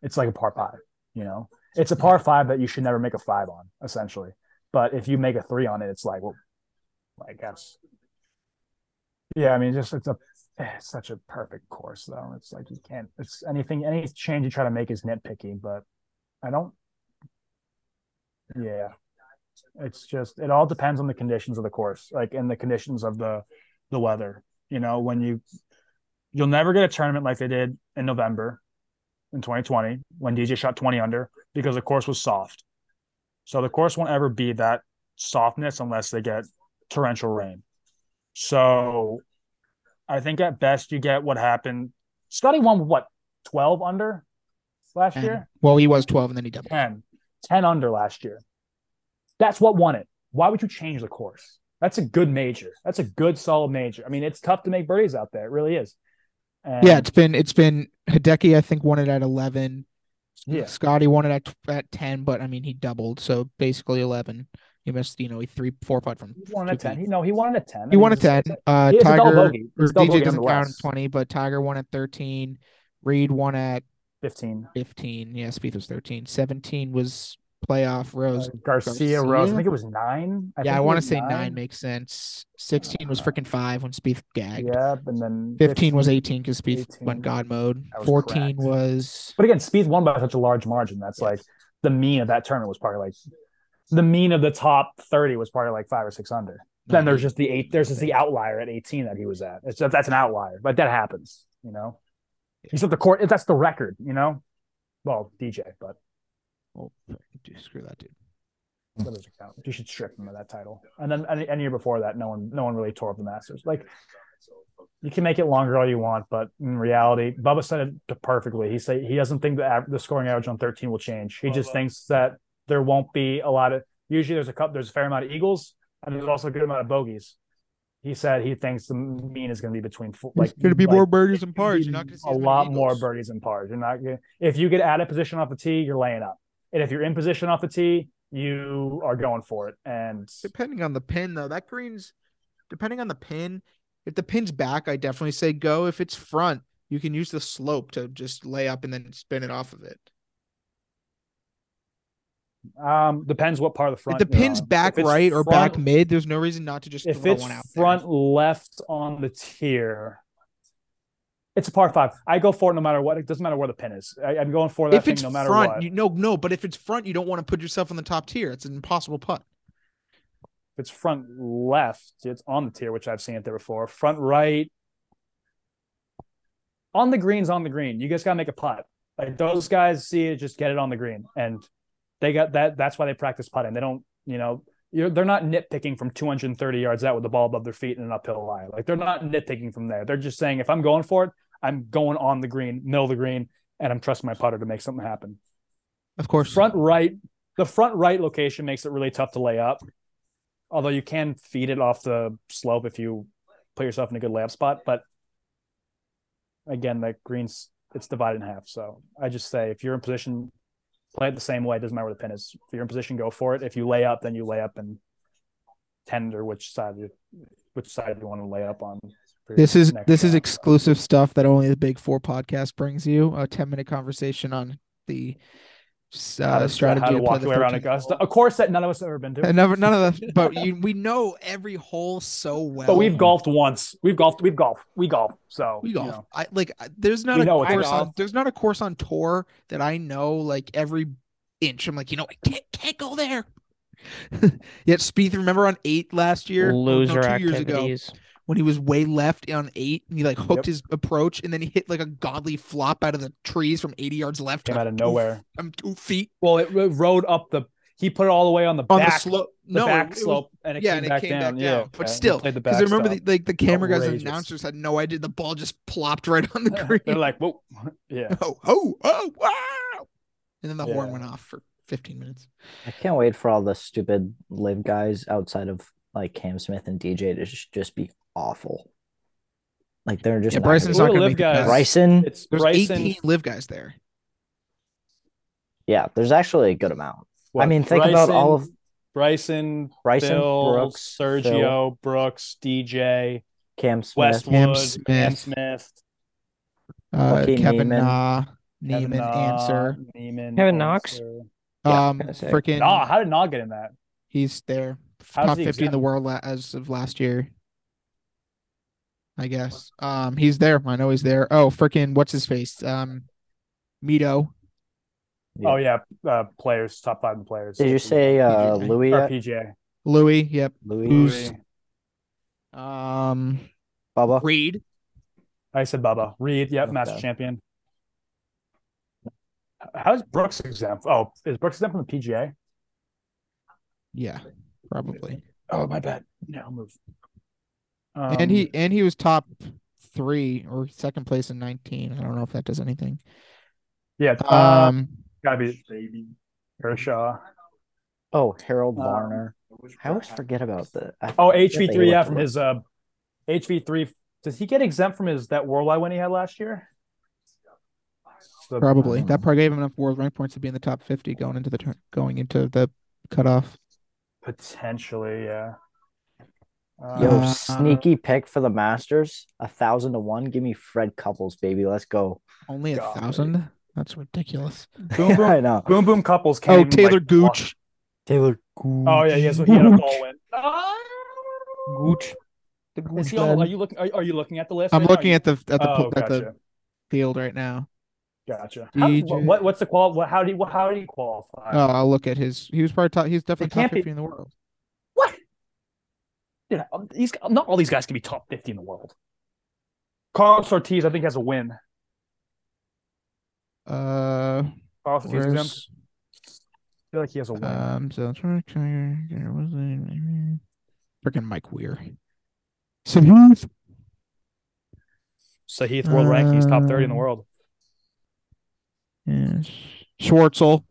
S3: it's like a par five. You know, it's a par five that you should never make a five on, essentially. But if you make a three on it, it's like, well, I guess. Yeah, I mean, just it's a it's eh, such a perfect course though. It's like you can't. It's anything any change you try to make is nitpicky, but I don't. Yeah, it's just it all depends on the conditions of the course, like and the conditions of the the weather you know when you you'll never get a tournament like they did in november in 2020 when dj shot 20 under because the course was soft so the course won't ever be that softness unless they get torrential rain so i think at best you get what happened scotty won with what 12 under last
S4: And-
S3: year
S4: Well, he was twelve, and then he doubled.
S3: 10 10 under last year that's what won it why would you change the course that's a good major that's a good solid major i mean it's tough to make birdies out there it really is and
S4: Yeah, it's been it's been Hideki. I think won it at eleven.
S3: yeah
S4: Scotty won it at t- at ten, but I mean he doubled, so basically eleven. He missed, you know, he three four putt from.
S3: he won a
S4: two feet.
S3: 10 he, no he won a 10
S4: He won a
S3: It's just-
S4: ten. Uh,
S3: He is a double
S4: Tiger
S3: bogey.
S4: or
S3: It's double
S4: DJ
S3: bogey
S4: doesn't count in
S3: nonetheless.
S4: twenty, but Tiger won at thirteen. Reed won at
S3: 15
S4: fifteen. Yeah, Speed was thirteen. Seventeen was playoff. Rose
S3: Uh, garcia,
S4: Garcia?
S3: rose i think it was nine Uh,
S4: yeah,
S3: think
S4: I
S3: it
S4: want to
S3: was
S4: say nine. makes sense. Sixteen was freaking five when Spieth gagged.
S3: yep and then
S4: 15, was eighteen because Spieth
S3: 18.
S4: went God mode.
S3: That was
S4: Fourteen
S3: correct.
S4: was
S3: but again speed won by such a large margin that's
S4: Yes.
S3: like the mean of that tournament was probably like the mean of the top 30 was probably like five or six under. Then there's just the eight, there's just the outlier at 18 that he was at. It's that's an outlier, but that happens, you know. Except the court, that's the record, you know. Well, DJ, but
S4: Oh, dude, screw that dude. Mm.
S3: that doesn't count. You should strip him of that title. And then and, and year before that, no one no one really tore up the Masters. Like you can make it longer all you want, but in reality, Bubba said it perfectly. He said he doesn't think the av- the scoring average on 13 will change. He just thinks that there won't be a lot of usually there's a cup there's a fair amount of eagles and there's also a good amount of bogeys. He said he thinks the mean is going to be between four, like
S4: There's gonna be
S3: like,
S4: more birdies and
S3: it's gonna
S4: pars.
S3: be
S4: You're not gonna see
S3: a
S4: as many
S3: lot more
S4: eagles.
S3: birdies and pars. You're not gonna, if you get out of position off the tee, you're laying up, and if you're in position off the tee, you are going for it. And
S4: Depending on the pin, though, that green's depending on the pin. If the pin's back, I definitely say go. If it's front, you can use the slope to just lay up and then spin it off of it.
S3: um, depends what part of the front.
S4: if the
S3: you're
S4: pin's
S3: on.
S4: back
S3: If it's
S4: right or back
S3: front-
S4: mid, there's no reason not to just
S3: If
S4: throw
S3: it's
S4: one out there.
S3: front left on the tier, it's a par five. I go for it no matter what. It doesn't matter where the pin is. I, I'm going for that
S4: If
S3: thing
S4: it's
S3: no matter
S4: front,
S3: what.
S4: you no no. But if it's front, you don't want to put yourself on the top tier. It's an impossible putt.
S3: if it's front left, it's on the tier, which I've seen it there before. Front right, on the greens, on the green. You guys gotta make a putt. Like those guys see it, just get it on the green, and they got that. That's why they practice putting. They don't, you know, you're, they're not nitpicking from 230 yards out with the ball above their feet in an uphill lie. Like they're not nitpicking from there. They're just saying, if I'm going for it, I'm going on the green, middle of the green, and I'm trusting my putter to make something happen
S4: Of course,
S3: front right the front right location makes it really tough to lay up although you can feed it off the slope if you put yourself in a good layup spot but again the greens it's divided in half so i just say if you're in position play it the same way it doesn't matter where the pin is if you're in position go for it if you lay up then you lay up and tender which side you which side you want to lay up on for your
S4: This is
S3: next
S4: this is
S3: round.
S4: exclusive stuff that only the Big Four podcast brings you. A ten minute conversation on the s-
S3: How
S4: uh,
S3: to-
S4: strategy.
S3: how to
S4: to play
S3: walk
S4: the
S3: your way around
S4: 13th.
S3: augusta a course that none of us have ever been to
S4: And never, none of
S3: *laughs*
S4: the, but you, we know every hole so well.
S3: But we've golfed once. We've golfed. We've golfed. We golf. So
S4: We
S3: you
S4: golf.
S3: know.
S4: I like. I- There's not
S3: We
S4: a
S3: know it's
S4: course
S3: golf.
S4: on. There's not a course on tour that I know like every inch. I'm like, you know, I can't can't go there. *laughs* Yet Spieth, remember on eight last year, Oh, no,
S1: Loser
S4: two years ago,
S1: activities.
S4: when he was way left on eight, and he like hooked
S3: Yep.
S4: his approach, and then he hit like a godly flop out of the trees from 80 yards left.
S3: came
S4: I'm
S3: out of
S4: two-
S3: nowhere.
S4: I'm two feet
S3: Well, it ro- rode up the. He put it all the way on the
S4: on
S3: back,
S4: the slope.
S3: the
S4: no,
S3: back
S4: it was-
S3: slope, and it
S4: yeah,
S3: came
S4: and it
S3: back
S4: came
S3: down.
S4: back
S3: Yeah,
S4: down. But
S3: yeah, he
S4: still,
S3: played the
S4: Because
S3: back.
S4: I remember the, like the camera guys and
S3: Outrageous.
S4: announcers had no idea the ball just plopped right on the green.
S3: *laughs* They're like, whoa, yeah.
S4: oh, oh, oh, wow! And then the horn
S3: Yeah.
S4: went off for 15 minutes.
S2: I can't wait for all the stupid live guys outside of like Cam Smith and DJ to sh- just be awful. Like they're just
S4: Yeah,
S2: not gonna
S4: Bryson's
S2: be-
S4: not
S3: Who
S4: going
S3: are
S4: to
S3: the
S4: make
S3: live
S4: the
S3: guys?
S4: cut.
S2: Bryson.
S3: It's
S4: There's
S3: Bryson.
S4: 18 live guys there.
S2: Yeah, there's actually a good amount.
S3: what,
S2: I mean, think about all
S3: Bryson- Bryson,
S2: Bryson,
S3: Phil,
S2: Brooks,
S3: Sergio,
S2: Phil,
S3: Brooks, DJ,
S2: Cam Smith.
S3: Westwood,
S4: Cam
S3: Cam
S4: Smith.
S3: Smith,
S4: Uh,
S2: Joaquin
S4: Kevin
S2: Neiman.
S4: Na,
S3: Kevin
S4: Neiman
S3: Na,
S4: answer.
S3: Neiman,
S1: Kevin Knox?
S3: Answer.
S1: Yeah,
S4: um,
S1: I was gonna say.
S4: freaking,
S3: Nah, how did Nah get in that?
S4: he's there.
S3: How's
S4: top
S3: he
S4: 50 in the
S3: exempt?
S4: world la- as of last year. I guess. Um, he's there. I know he's there. Oh, freaking, what's his face? Um, Mito.
S2: Yeah.
S3: Oh yeah, uh, players top five in players.
S2: Did you say uh,
S4: PGA.
S2: Louis?
S3: Or
S2: yet?
S3: PGA.
S4: Louis. Yep.
S2: Louis,
S4: Who's- Um,
S2: Bubba.
S4: Reed.
S3: I said Bubba. Reed, yep, master
S2: Okay.
S3: champion. How's Brooks exempt? Oh, is Brooks exempt from the PGA?
S4: Yeah, probably.
S3: Oh, my bad. No, I'll move. Um,
S4: and he and he was top three or second place in 19. I don't know if that does anything.
S3: yeah,
S4: Um,
S3: uh, gotta be Kershaw.
S2: Oh, Harold
S3: Um,
S2: Varner. um, I always forget about the. I forget
S3: Oh,
S2: that he
S3: HV3, yeah,
S2: looked
S3: from
S2: good.
S3: his uh, HV3. Does he get exempt from his that world I win he had last year? The-
S4: probably.
S2: um,
S4: That probably gave him enough world rank points to be in the top 50 going into the turn, going into the cutoff.
S3: Potentially, yeah. Uh,
S2: Yo,
S4: Uh,
S2: sneaky pick for the Masters, a thousand to one. Give me Fred Couples, baby. Let's go.
S4: Only a
S3: God.
S4: thousand. That's ridiculous.
S3: Boom, boom.
S2: *laughs* I know.
S3: boom boom couples came.
S4: Oh, Taylor
S3: like,
S4: Gooch.
S2: Taylor.
S3: Oh yeah, yes, he had
S4: *laughs*
S3: a ball win. Ah!
S4: Gooch. The
S3: Is
S4: Gooch
S3: he on,
S4: lad.
S3: are you Oh, looking? Are, are you looking at the list?
S4: I'm
S3: right now? Are
S4: looking
S3: you-
S4: at the at the,
S3: Oh,
S4: pl- at the
S3: gotcha.
S4: field right now.
S3: Gotcha. How,
S4: DJ.
S3: what what's the qual? What, how did he, how did he qualify?
S4: Oh, I'll look at his. He was probably top. He's definitely top
S3: can't be-
S4: fifty in the world.
S3: Dude, um, these not all these guys can be top fifty in the world. Carlos Ortiz, I think, has a win.
S4: Uh,
S3: Carlos Ortiz is exempt.
S4: where's
S3: I feel like he has a win.
S4: um? So freaking Mike Weir. So he's
S3: so Heath world rankings top thirty in the
S4: um,
S3: world.
S4: yes. Schwartzel.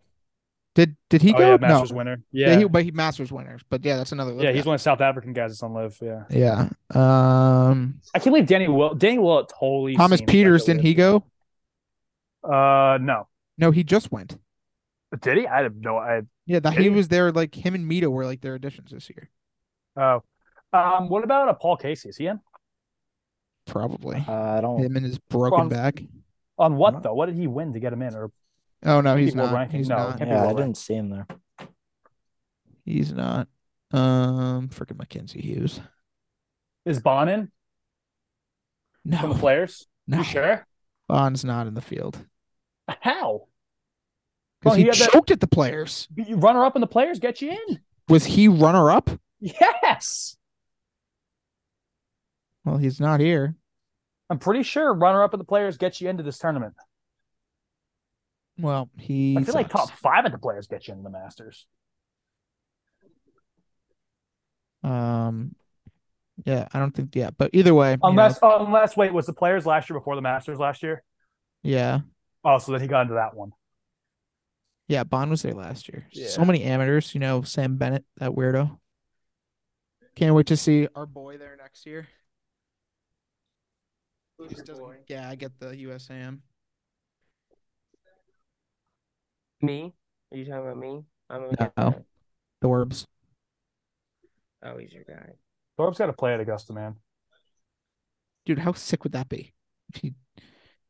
S4: Did did he
S3: oh
S4: go?
S3: yeah,
S4: no.
S3: Masters winner. Yeah, yeah,
S4: he but he Masters winners. But yeah, that's another.
S3: he's one of the South African guys that's on live. Yeah,
S4: Yeah. Um.
S3: I can't believe Danny Will. Danny Will totally.
S4: Thomas
S3: seems
S4: Peters.
S3: like a
S4: Didn't he
S3: live-
S4: go?
S3: Uh, no.
S4: No, he just went.
S3: Did he? I have no. I
S4: Yeah, that
S3: Did
S4: he
S3: he?
S4: was there. Like him and Mito were like their additions this year.
S3: oh. Um, what about a Paul Casey? Is he in?
S4: Probably
S2: Uh, I don't.
S4: him and his broken
S3: Oh. Well,
S4: back.
S3: On
S2: Huh?
S3: what though? What did he win to get him in? Or
S4: Oh no,
S3: Can't be
S4: he's
S3: world
S4: not.
S3: ranking.
S4: He's
S3: No, it
S4: not.
S3: can't be
S2: Yeah, I
S3: well, right?
S2: didn't see him there.
S4: He's not. Um, freaking Mackenzie Hughes.
S3: is Bond in from the
S4: No,
S3: players?
S4: no,
S3: You sure?
S4: Bond's not in the field
S3: How? Well,
S4: because he
S3: he had that-
S4: choked at the players.
S3: You runner up in the players get you in.
S4: Was he runner up?
S3: Yes.
S4: Well, he's not here.
S3: I'm pretty sure runner up in the players gets you into this tournament.
S4: Well, he.
S3: I feel like
S4: sucks.
S3: top five of the players get you into the Masters.
S4: Um, yeah, I don't think. Yeah, but either way, you know,
S3: Unless, oh, unless, wait, was the players last year before the Masters last year?
S4: yeah,
S3: Oh, so then he got into that one.
S4: yeah, Bond was there last year. So
S3: Yeah.
S4: many amateurs. You know, Sam Bennett, that weirdo. Can't wait to see our boy there next year. Just doesn't- yeah, I get the USAM.
S1: Me? Are you talking about me? I'm a
S4: No. The Orbs.
S1: Oh, he's your guy.
S3: Thorpe's got to play at Augusta, man.
S4: dude, how sick would that be if he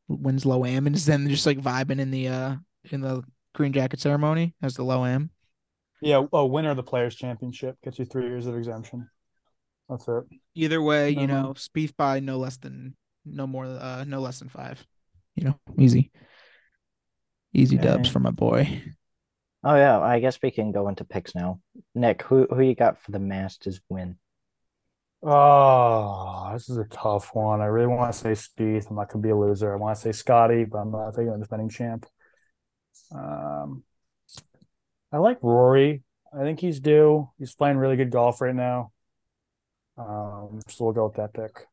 S4: wins low am and is then just like vibing in the uh in the green jacket ceremony as the low am?
S3: Yeah, a winner of the Players Championship gets you three years of exemption. That's it.
S4: Either way, you
S3: Um,
S4: know, Spieth by no less than no more uh no less than five. You know, easy, easy dubs
S2: Okay.
S4: for my boy.
S2: Oh yeah, I guess we can go into picks now. Nick, who who you got for the Masters win?
S3: Oh, this is a tough one. I really want to say Spieth. I'm not going to be a loser. I want to say Scotty, but I'm not taking the defending champ. Um, I like Rory. I think he's due. He's playing really good golf right now. Um, so we'll go with that pick.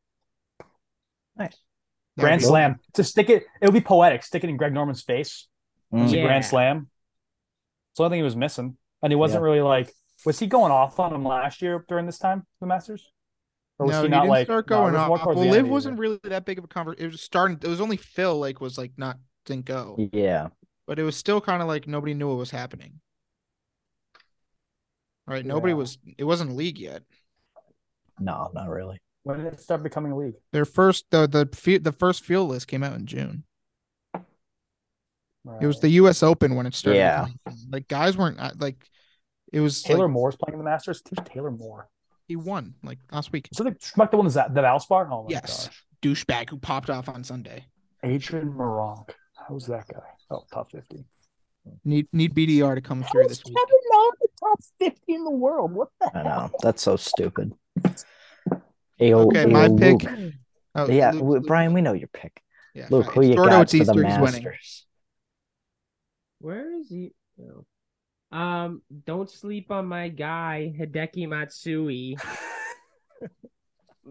S2: Nice.
S4: That would
S3: Grand
S4: be-
S2: cool.
S3: Slam. To stick it, it would be poetic. Stick it in Greg Norman's face. It's a
S4: Mm.
S1: Yeah.
S3: Grand Slam. It's the only thing he was missing, and he wasn't
S2: Yeah.
S3: really like. Was he going off on him last year during this time, the Masters? Or was
S4: no,
S3: he
S4: he
S3: not
S4: didn't
S3: like
S4: start
S3: no, it
S4: going
S3: was more
S4: off.
S3: towards
S4: Well,
S3: the end of
S4: Liv
S3: the year.
S4: wasn't really that big of a convert. It was starting. It was only Phil like was like not didn't
S3: Hmm.
S4: go,
S2: Yeah.
S4: but it was still kind of like nobody knew what was happening. Right, nobody
S3: Yeah.
S4: was. It wasn't a league yet.
S2: No, not really.
S3: When did it start becoming a league?
S4: Their first the the fe- the first field list came out in June. It was
S3: Right.
S4: the U.S. Open when it started.
S2: Yeah.
S4: becoming- Like guys weren't uh, like it was
S3: Taylor
S4: like,
S3: Moore's playing in the Masters. Who's Taylor Moore?
S4: he won like last week.
S3: So the Schmuck, the one that's at the Valspar? Oh my
S4: Yes.
S3: gosh.
S4: Douchebag who popped off on Sunday.
S3: Adrian Moronk. How's that guy? Oh, top 50.
S4: Need need BDR to come through this week.
S3: the top 50 in the world? What the
S2: I know. That's so stupid. Ayo,
S4: Okay, my
S2: ayo,
S4: pick.
S2: Luke.
S4: Oh,
S2: Yeah,
S4: Luke-
S2: w-
S4: Luke-
S2: Brian, we know your pick.
S4: yeah,
S2: Luke,
S4: fine.
S2: who you
S4: Sordo,
S2: got
S4: it's
S2: for the
S4: Easter, he's winning.
S2: Masters?
S1: Where is he? Oh. Um, don't sleep on my guy, Hideki Matsui.
S4: *laughs*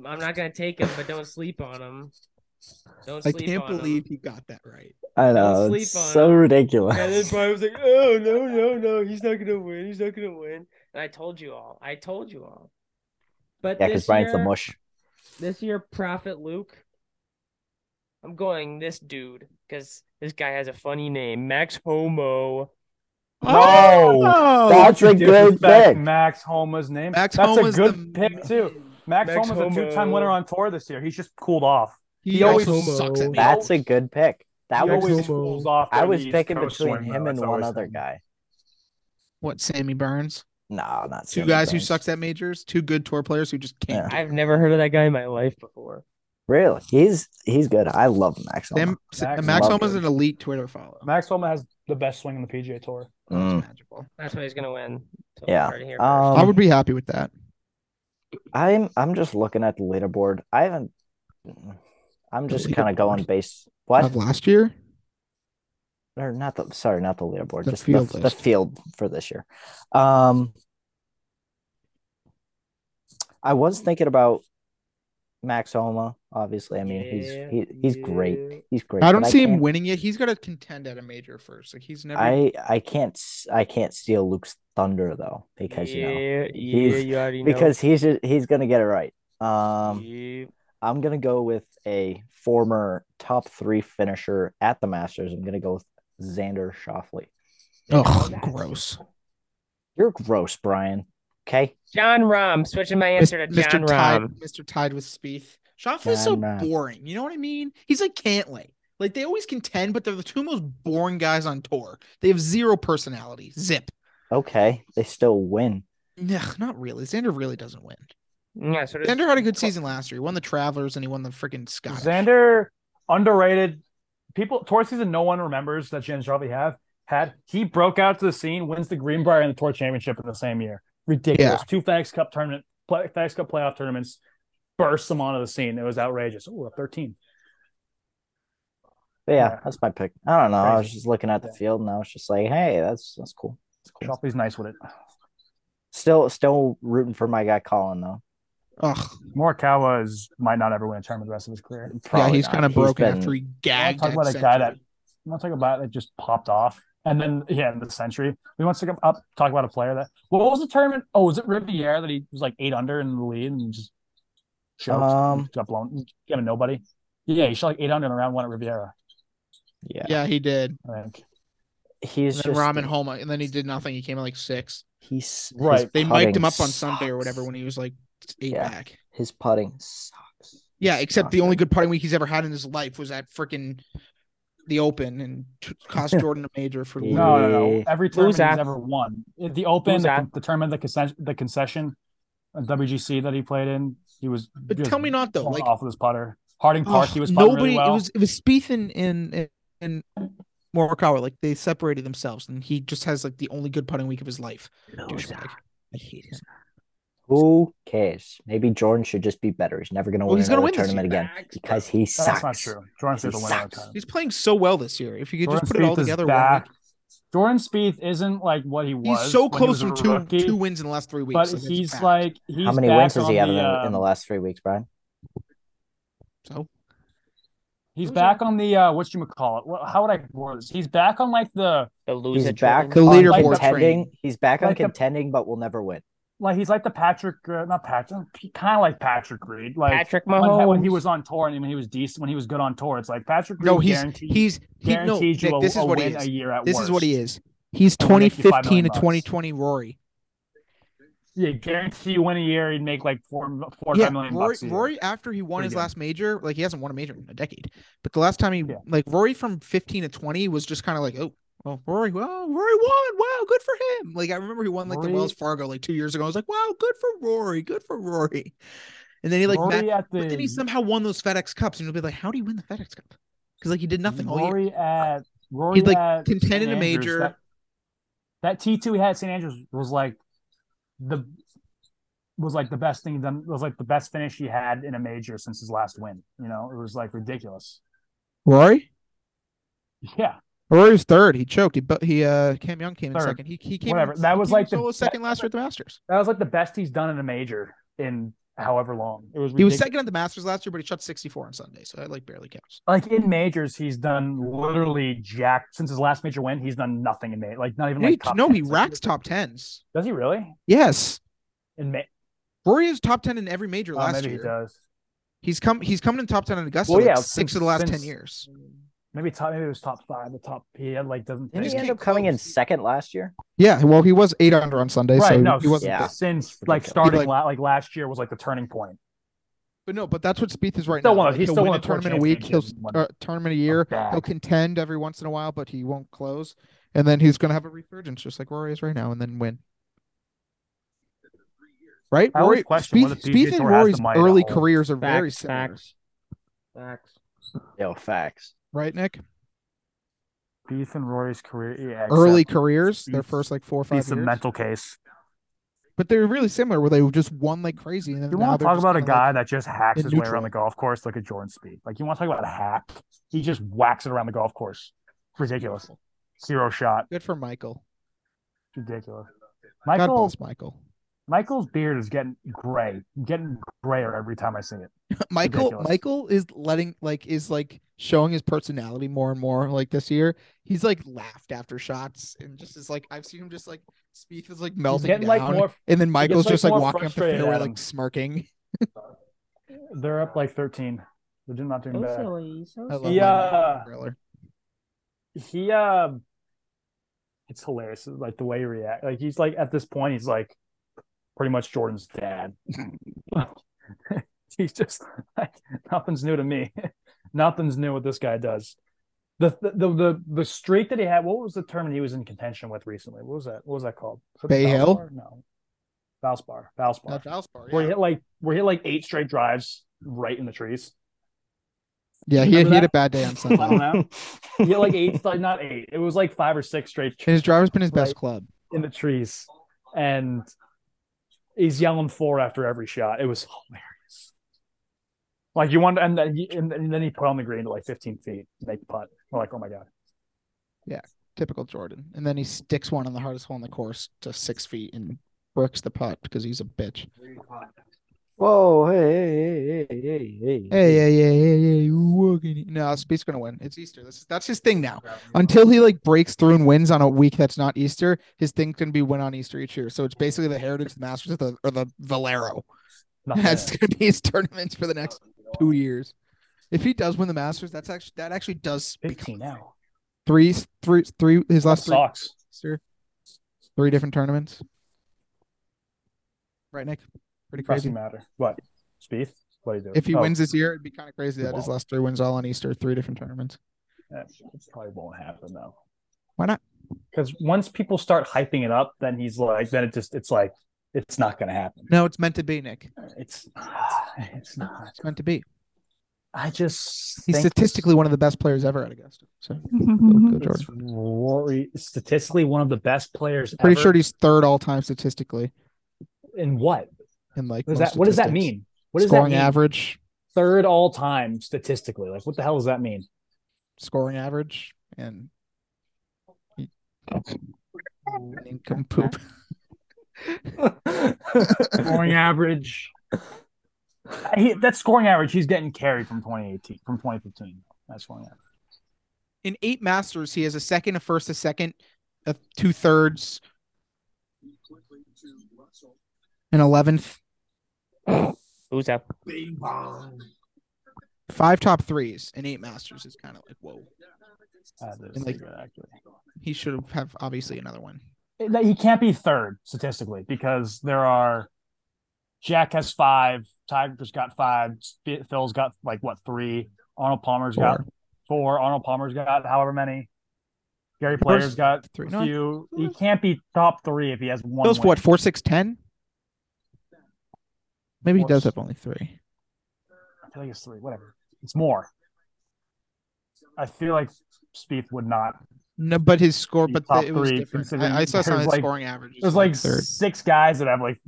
S1: I'm not gonna take him, but don't sleep on him. Don't
S4: I
S1: sleep
S4: can't
S1: on him.
S4: believe he got that right.
S2: I know.
S1: sleep
S2: It's
S1: on
S2: so
S1: him.
S2: ridiculous.
S1: And then Brian was like, "Oh no, no, no! He's not gonna win. He's not gonna win." And I told you all. I told you all. But
S2: Yeah,
S1: this
S2: because Brian's the
S1: year-
S2: mush.
S1: this year, Prophet Luke. I'm going this dude because this guy has a funny name, Max Homo.
S3: No!
S4: Oh!
S2: That's
S3: You
S2: a good pick.
S3: disrespect Max Homa's name.
S4: Max
S3: That's
S4: Homa's
S3: a good
S4: the-
S3: pick, too. Max,
S1: Max
S3: Homa's a two-time
S1: Homo.
S3: winner on tour this year. He's just cooled off.
S4: He,
S3: He
S4: always
S3: always
S4: sucks at me.
S2: That's a good pick. That
S3: he
S2: was.
S3: always
S1: Homo.
S3: cools off.
S2: I
S3: during
S2: was
S3: the East
S2: picking
S3: Coast
S2: between
S3: swing,
S2: him
S3: though.
S2: and
S3: That's
S2: one
S3: always-
S2: other guy.
S4: What Sammy Burns?
S2: No, not
S4: Two
S2: Sammy
S4: guys who
S2: Burns.
S4: sucks at majors. Two good tour players who just can't.
S2: Yeah.
S4: do it.
S1: I've never heard of that guy in my life before.
S2: Really, he's he's good. I love Max. Homa.
S4: Sam,
S3: Max
S4: Max Homa
S2: Homa.
S4: is an elite Twitter follow.
S3: Max Homa has the best swing in the PGA Tour.
S2: Mm.
S4: It's magical.
S1: That's why he's gonna win. So
S2: Yeah.
S1: sorry to hear
S2: Um,
S1: first.
S4: I would be happy with that.
S2: I'm I'm just looking at the leaderboard. I haven't. I'm just kind of
S4: leaderboard.
S2: going based. What?
S4: Of last year,
S2: Or not the sorry, not the leaderboard,
S4: The
S2: just
S4: field
S2: the, the
S4: list.
S2: field for this year. Um, I was thinking about Max Homa. Obviously, I mean he's
S1: Yeah,
S2: he, he's great.
S1: yeah.
S2: He's great.
S4: I
S2: but
S4: don't see him
S2: can't-
S4: winning yet. He's got to contend at a major first. Like he's never.
S2: I I can't s- I can't steal Luke's thunder though because you know
S1: yeah, yeah,
S2: he's-
S1: you already know.
S2: because he's just, he's gonna get it right. Um,
S1: Yeah.
S2: I'm gonna go with a former top three finisher at the Masters. I'm gonna go with Xander Shoffley.
S4: Ugh, gross.
S2: You're gross, Brian. Okay.
S1: John Rahm switching my answer to John
S4: Mr. Tide,
S1: Rahm.
S4: Mr. Tide with Spieth. Shoffley's so
S2: John Rahm.
S4: boring. You know what I mean? He's like Cantley. Like they always contend, but they're the two most boring guys on tour. They have zero personality. Zip.
S2: Okay. They still win.
S4: Ugh, not really. Xander really doesn't win.
S1: Yeah, so does-
S4: Xander had a good season last year. He won the Travelers and he won the freaking Scottish.
S3: Xander underrated. People tour season, no one remembers that Jan Shelby have had. He broke out to the scene, wins the Greenbrier and the Tour Championship in the same year. Ridiculous. Two FedEx Cup tournament, play, FedEx Cup playoff tournaments, burst him onto the scene. It was outrageous. Ooh, a thirteen.
S2: But yeah,
S3: Yeah.
S2: that's my pick. I don't know. I was
S3: Crazy.
S2: just looking at the
S3: Yeah.
S2: field and I was just like, hey, that's that's cool. That's cool.
S3: Shoffley's nice with it.
S2: Still still rooting for my guy Colin though.
S4: Ugh.
S3: Morikawa is might not ever win a tournament the rest of his career.
S4: Yeah,
S2: Probably
S4: he's
S2: not.
S4: kind of broken
S2: been-
S4: after he gagged.
S3: talk
S4: at
S3: about a guy that-
S4: Century.
S3: I'm not talking about it just popped off. And then yeah, in the century. We want to go up talk about a player that what was the tournament? Oh, was it Riviera that he was like eight under in the lead and just choked,
S2: Um,
S3: got blown got a nobody? Yeah, he shot like eight under in round one at Riviera,
S2: yeah.
S4: Yeah, he did.
S3: I think.
S2: He's
S4: And then
S2: just
S4: Rahm and Homa, and then he did nothing. He came in like six.
S2: he's his
S3: Right.
S4: They mic'd him
S2: putting
S4: up on Sunday or whatever
S2: sucks.
S4: when he was like eight
S2: Yeah.
S4: back.
S2: his putting sucks.
S4: Yeah,
S2: It's
S4: except
S2: not
S4: the only good putting week he's ever had in his life was at freaking the Open and
S3: *laughs*
S4: t- cost Jordan a major for
S2: No,
S3: No, no, no.
S2: Yeah.
S3: Every tournament
S1: that?
S3: he's ever won. The Open,
S1: Who's
S3: the,
S1: that?
S3: con- the tournament, the concession, the concession, uh, WGC that he played in, he was.
S4: But
S3: just
S4: tell me not though,
S3: blown
S4: like
S3: off with his putter. Harding Park,
S4: ugh,
S3: he was putting
S4: nobody.
S3: really well.
S4: It was it was Spieth and and and Morikawa. Like they separated themselves, and he just has like the only good putting week of his life.
S2: Loser.
S4: Douchebag. I hate him.
S2: Who cares? Maybe Jordan should just be better. He's never going to
S4: Well,
S2: win
S4: he's
S2: another
S4: gonna win this
S2: tournament
S4: year.
S2: again because he
S3: No,
S2: sucks.
S3: That's not true. Jordan Spieth
S2: He
S3: will win another
S2: sucks.
S3: tournament.
S4: He's playing so well this year. If you could
S3: Jordan
S4: just put it all
S3: Spieth is
S4: together, one
S3: back.
S4: week.
S3: Jordan Spieth isn't like what he was.
S4: he's so
S3: when he
S4: close
S3: was a
S4: from two
S3: rookie,
S4: two wins in the last three weeks.
S3: but
S4: like, it's
S3: he's
S4: fact.
S3: like he's
S2: How many
S3: back
S2: wins has he had
S3: on
S2: in
S3: the,
S2: the, in
S3: um,
S2: the last three weeks, Brian?
S4: so.
S3: He's
S4: Who's
S3: back on the uh, what you call it? What, how would I word this? He's back on like the
S1: The loser
S2: He's back
S4: The
S1: children.
S2: on
S4: leaderboard
S2: contending.
S4: train.
S2: He's back on
S3: Like the-
S2: contending, but will never win.
S3: like he's like the Patrick, uh, not Patrick, kind of like Patrick Reed. Like
S1: Patrick
S3: when,
S1: Mahomes.
S3: when he was on tour and when he was decent, when he was good on tour, it's like Patrick. Reed
S4: No, he's
S3: guaranteed,
S4: he's he, no.
S3: guaranteed you
S4: Nick,
S3: a,
S4: this is
S3: a
S4: what he
S3: win a
S4: is.
S3: year at
S4: This is what he
S3: worst.
S4: is. He's
S3: I'll make you five
S4: 2015 to
S3: million bucks.
S4: 2020 Rory.
S3: Yeah, guarantee you win a year, he'd make like four, four or
S4: Yeah,
S3: five million
S4: Rory,
S3: bucks. a year.
S4: Rory after he won
S3: Pretty
S4: his
S3: good.
S4: last major, like he hasn't won a major in a decade. But the last time he
S3: Yeah.
S4: like Rory from 15 to 20 was just kind of like, oh, well, Rory, well, Rory won. Wow, good for him. Like I remember he won like
S3: Rory-
S4: the Wells Fargo like 2 years ago. I was like, wow, good for Rory. Good for Rory. And then he like
S3: Rory
S4: ma-
S3: at the
S4: but then he somehow won those FedEx Cups and you'll be like, how do you win the FedEx Cup? Cuz like he did nothing all year.
S3: Rory at Rory
S4: like,
S3: at
S4: contended a
S3: St. Andrews,
S4: major.
S3: That, that T two he had at St Andrews was like the was like the best thing done was like the best finish he had in a major since his last win. You know, it was like ridiculous.
S4: Rory?
S3: Yeah,
S4: Rory was third. He choked. He but he uh Cam Young came
S3: Third.
S4: in second. He he came
S3: Whatever.
S4: In,
S3: That
S4: he
S3: was
S4: came in
S3: like the
S4: solo
S3: best-
S4: second last year at the Masters.
S3: that was like the best he's done in a major in however long. It was
S4: He was
S3: ridiculous.
S4: second at the Masters last year, but he shot 64 on Sunday, so that like barely counts.
S3: like in majors. He's done literally jack since his last major win. He's done nothing in major. Like not even
S4: He-
S3: like top
S4: no, he
S3: 10s.
S4: racks top tens.
S3: Does he really?
S4: Yes,
S3: In ma-
S4: Rory is top ten in every major
S3: oh,
S4: last
S3: maybe he
S4: year.
S3: does.
S4: He's come. He's coming in top ten in Augusta.
S3: Well,
S4: like
S3: yeah,
S4: six
S3: since-
S4: of the last ten
S3: since-
S4: years.
S3: Maybe top. Maybe it was top five. The top. He had like doesn't.
S2: Didn't
S3: finish.
S4: just
S2: he end
S4: came
S2: up coming in
S4: close.
S2: second last year?
S4: Yeah, well, he was eight under on Sunday,
S3: right
S4: so
S3: no
S4: he wasn't.
S2: yeah.
S4: there.
S3: since
S2: It's
S3: like
S2: ridiculous.
S3: starting
S4: Like-
S3: like, like last year was like the turning point
S4: But no, but that's what Spieth is right
S3: Still
S4: now.
S3: won-
S4: Like,
S3: he
S4: he'll
S3: still
S4: win
S3: won
S4: a
S3: a tour
S4: tournament a week. He'll
S3: championship and
S4: uh, tournament a year.
S3: Back.
S4: He'll contend every once in a while, but he won't close. And then he's going to have a resurgence, just like Rory is right now, and then win. Right?
S3: I always
S4: Rory,
S3: question
S4: Spieth,
S3: whether PGA
S4: Spieth and
S3: Tour has
S4: Rory's
S3: the money to
S4: early
S3: hold.
S4: careers are very
S1: Facts,
S4: similar.
S1: facts.
S4: Facts.
S2: Yo, facts.
S4: Right, Nick?
S3: Beef and Rory's career. Yeah, except
S4: Early careers, their
S3: He's-
S4: first like four or five
S3: He's a
S4: years.
S3: mental case.
S4: But they're really similar where they just won like crazy. And then
S3: You
S4: now
S3: want to
S4: they're
S3: talk
S4: just
S3: about a
S4: kinda, like-
S3: guy that just hacks
S4: in
S3: his way
S4: neutral.
S3: around the golf course like a Jordan Speed? Like you want to talk about a hack? He just whacks it around the golf course. Ridiculous. Hero shot.
S4: Good for Michael.
S3: Ridiculous.
S4: God
S3: Michael
S4: bless Michael.
S3: Michael's beard is getting gray, getting grayer every time I see it.
S4: Michael
S3: ridiculous.
S4: Michael is letting like is like showing his personality more and more like this year. He's like laughed after shots and just is like I've seen him just like Spieth is like melting
S3: getting,
S4: down
S3: like, more-
S4: and then Michael's
S3: like,
S4: just like
S3: more
S4: walking up the
S3: frustrated
S4: fairway
S3: at him.
S4: like smirking.
S3: They're up like 13. They're not doing bad.
S4: I love my
S3: Yeah.
S4: Thriller.
S3: He uh it's hilarious like the way he react. Like he's like at this point he's like pretty much Jordan's dad. *laughs* he's just like nothing's new to me. *laughs* nothing's new what this guy does. The, the the the streak that he had. What was the term he was in contention with recently? What was that? What was that called? Was that
S4: Bay Hill?
S3: Valspar? No, Valspar. Valspar.
S4: Not Valspar,
S3: Where
S4: yeah.
S3: he hit like where he hit like eight straight drives right in the trees.
S4: Yeah, he, he
S3: Remember
S4: had a
S3: that?
S4: bad day
S3: *laughs*
S4: on
S3: I don't
S4: Sunday.
S3: know. *laughs* He hit like eight, like not eight. It was like five or six straight
S4: And his driver's been his best
S3: Right.
S4: club.
S3: in the trees, and he's yelling four after every shot. It was hilarious. Like you want, and then he, and, and then he put on the green to like 15 feet, make putt. We're like, oh my god,
S4: Typical Jordan. And then he sticks one on the hardest hole in the course to six feet and works the putt because he's a bitch.
S2: Whoa, hey, hey, hey, hey, hey,
S4: Hey, yeah, yeah, yeah, yeah. You're walking. No, Speed's gonna win. It's Easter. That's that's his thing now. Until he like breaks through and wins on a week that's not Easter, his thing's gonna be win on Easter each year. So it's basically the Heritage, the Masters, or the, or the Valero.
S3: nothing.
S4: That's gonna be his tournaments for the next two years. If he does win the Masters, that's actually that actually does
S3: 15
S4: become
S3: now.
S4: three, three, three. His last three
S3: Socks.
S4: Easter, three different tournaments. Right, Nick. Pretty crazy.
S3: Pressing matter. What? Spieth? What are you doing?
S4: If he
S3: Oh,
S4: wins this year, it'd be kind of crazy
S3: He
S4: that his
S3: won't.
S4: last three wins all on Easter, three different tournaments.
S3: that probably won't happen though.
S4: Why not?
S3: Because once people start hyping it up, then he's like, then it just, it's like, it's not going to happen.
S4: No, it's meant to be, Nick.
S3: It's, it's not.
S4: It's meant to be.
S3: I just
S4: He's
S3: think
S4: statistically one of the best players ever at Augusta. So
S3: *laughs*
S4: go, go
S3: it's
S4: Jordan.
S3: Rory, statistically one of the best players.
S4: Pretty
S3: ever.
S4: sure he's third all time statistically
S3: in what?
S4: in like
S3: What does
S4: most
S3: that? What does that
S4: statistics.
S3: mean? What does
S4: scoring
S3: that mean?
S4: average,
S3: Third all time statistically. Like what the hell does that mean?
S4: scoring average, and he- income poop.
S3: scoring average. *laughs* He, that scoring average he's getting carried from 2018 from 2015. That's scoring average.
S4: In eight Masters, he has a second, a first, a second, a two thirds, an eleventh,
S1: Who's that?
S5: Bing bong.
S4: five top threes, and eight Masters is kind of like whoa.
S3: That is
S4: And, like-
S3: pretty good, actually.
S4: He should have- have obviously another one.
S3: That- He can't be third statistically because there are Jack has five, Tiger's got five, Sp- Phil's got like what three, Arnold Palmer's got four, Arnold Palmer's got however many, Gary Player's got
S4: Three.
S3: a
S4: No,
S3: few. He can't be top three if he has one.
S4: Those
S3: win.
S4: what four six ten? Maybe he
S3: Four,
S4: does
S3: six-
S4: have only three.
S3: I feel like it's three. Whatever. It's more. I feel like Spieth would not.
S4: No, but his score,
S3: Be
S4: but
S3: top
S4: the, it was
S3: three,
S4: different.
S3: considering
S4: I, I saw some of
S3: there's
S4: his
S3: like-
S4: scoring averages.
S3: There's
S4: were,
S3: like six guys that have like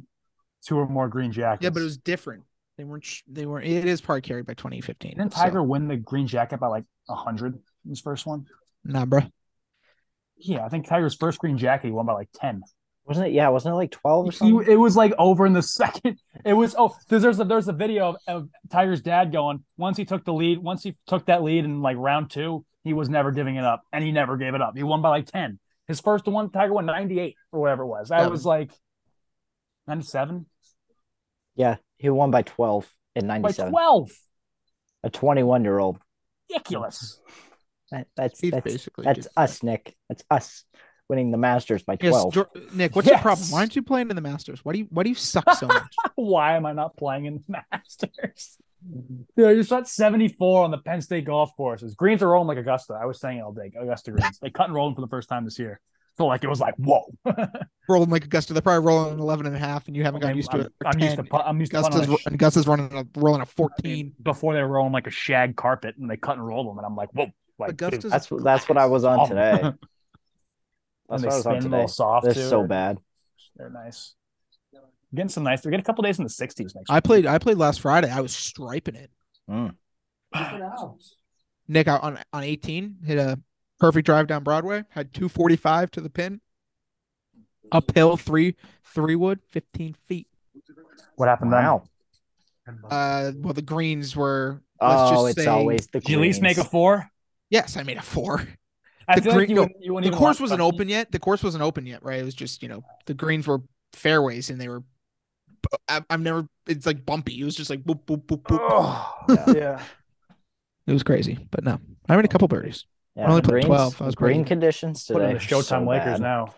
S3: two or more green jackets.
S4: Yeah, but it was different. They weren't. sh- They were. It is probably carried by 2015.
S3: Didn't
S4: so-
S3: Tiger win the green jacket by like hundred in his first one?
S4: Nah, bro.
S3: Yeah, I think Tiger's first green jacket he won by like ten.
S2: Wasn't it? Yeah, wasn't it like 12 or
S3: He,
S2: something?
S3: it was like over in the *laughs* second. It was oh, there's there's a, there's a video of, of Tiger's dad going once he took the lead. Once he took that lead in like round two, he was never giving it up, and he never gave it up. He won by like ten. His first one, Tiger won ninety eight or whatever it was. That
S4: Yeah.
S3: was like ninety seven
S2: Yeah, he won by 12 in
S3: by
S2: 97.
S3: twelve.
S2: A 21 year old.
S3: Ridiculous.
S2: That, that's
S4: He's
S2: that's,
S4: basically
S2: that's
S4: just-
S2: us, Nick. That's us winning the Masters by
S4: Yes,
S2: 12.
S4: Jor- Nick. What's your problem? Why
S3: Yes.
S4: aren't you playing in the Masters? Why do you? Why do you suck so
S3: *laughs*
S4: much?
S3: Why am I not playing in the *laughs* Masters?
S4: Mm-hmm.
S3: Yeah, you shot 74 on the Penn State golf courses. Greens are rolling like Augusta. I was saying it all day. Augusta greens. They cut and rolled them for the first time this year. So like it was like whoa.
S4: rolling like Augusta. They're probably rolling an 11 and a half, and you haven't gotten used to
S3: I'm,
S4: it. for
S3: I'm used
S4: 10.
S3: to pu- I'm used to punting
S4: Augusta's,
S3: on a sh-
S4: and Augusta's running a, rolling a 14.
S3: before they were rolling like a shag carpet and they cut and rolled them and I'm like whoa like dude,
S4: Augusta's
S2: That's that's what I was on
S3: awful. *laughs*
S2: today.
S3: Oh. and
S2: That's
S3: they
S2: what I was on
S3: spin a
S2: today.
S3: little soft.
S2: They're
S3: to
S2: so
S3: it.
S2: bad.
S3: They're nice. Getting some nice. We get a couple days in the 60s next.
S4: I
S3: week.
S4: played. I played last Friday. I was striping it.
S5: Check it out.
S4: Nick out on on 18 hit a perfect drive down Broadway. Had 245 to the pin. Uphill three three wood 15 feet.
S3: What happened then?
S2: Wow.
S4: Uh, well the greens were. Let's
S2: Oh,
S4: just
S2: it's
S4: say-
S2: always the
S3: Did you at least make
S2: greens.
S3: a four?
S4: Yes, I made a four.
S3: I
S4: The
S3: feel
S4: green-
S3: like you
S4: no,
S3: wouldn't, you wouldn't
S4: the
S3: even
S4: course
S3: want
S4: wasn't
S3: Dustin.
S4: open yet. The course wasn't open yet, right? It was just you know the greens were fairways and they were. I, I've never. It's like bumpy. It was just like boop boop boop boop.
S2: *laughs*
S3: Ugh. yeah.
S4: It was crazy, but no, I made a couple birdies.
S2: Yeah,
S4: I only put
S2: greens,
S4: 12. That was
S2: green
S4: crazy.
S2: conditions
S3: Put
S2: today.
S3: in the Showtime
S2: so
S3: Lakers
S2: bad.
S3: now.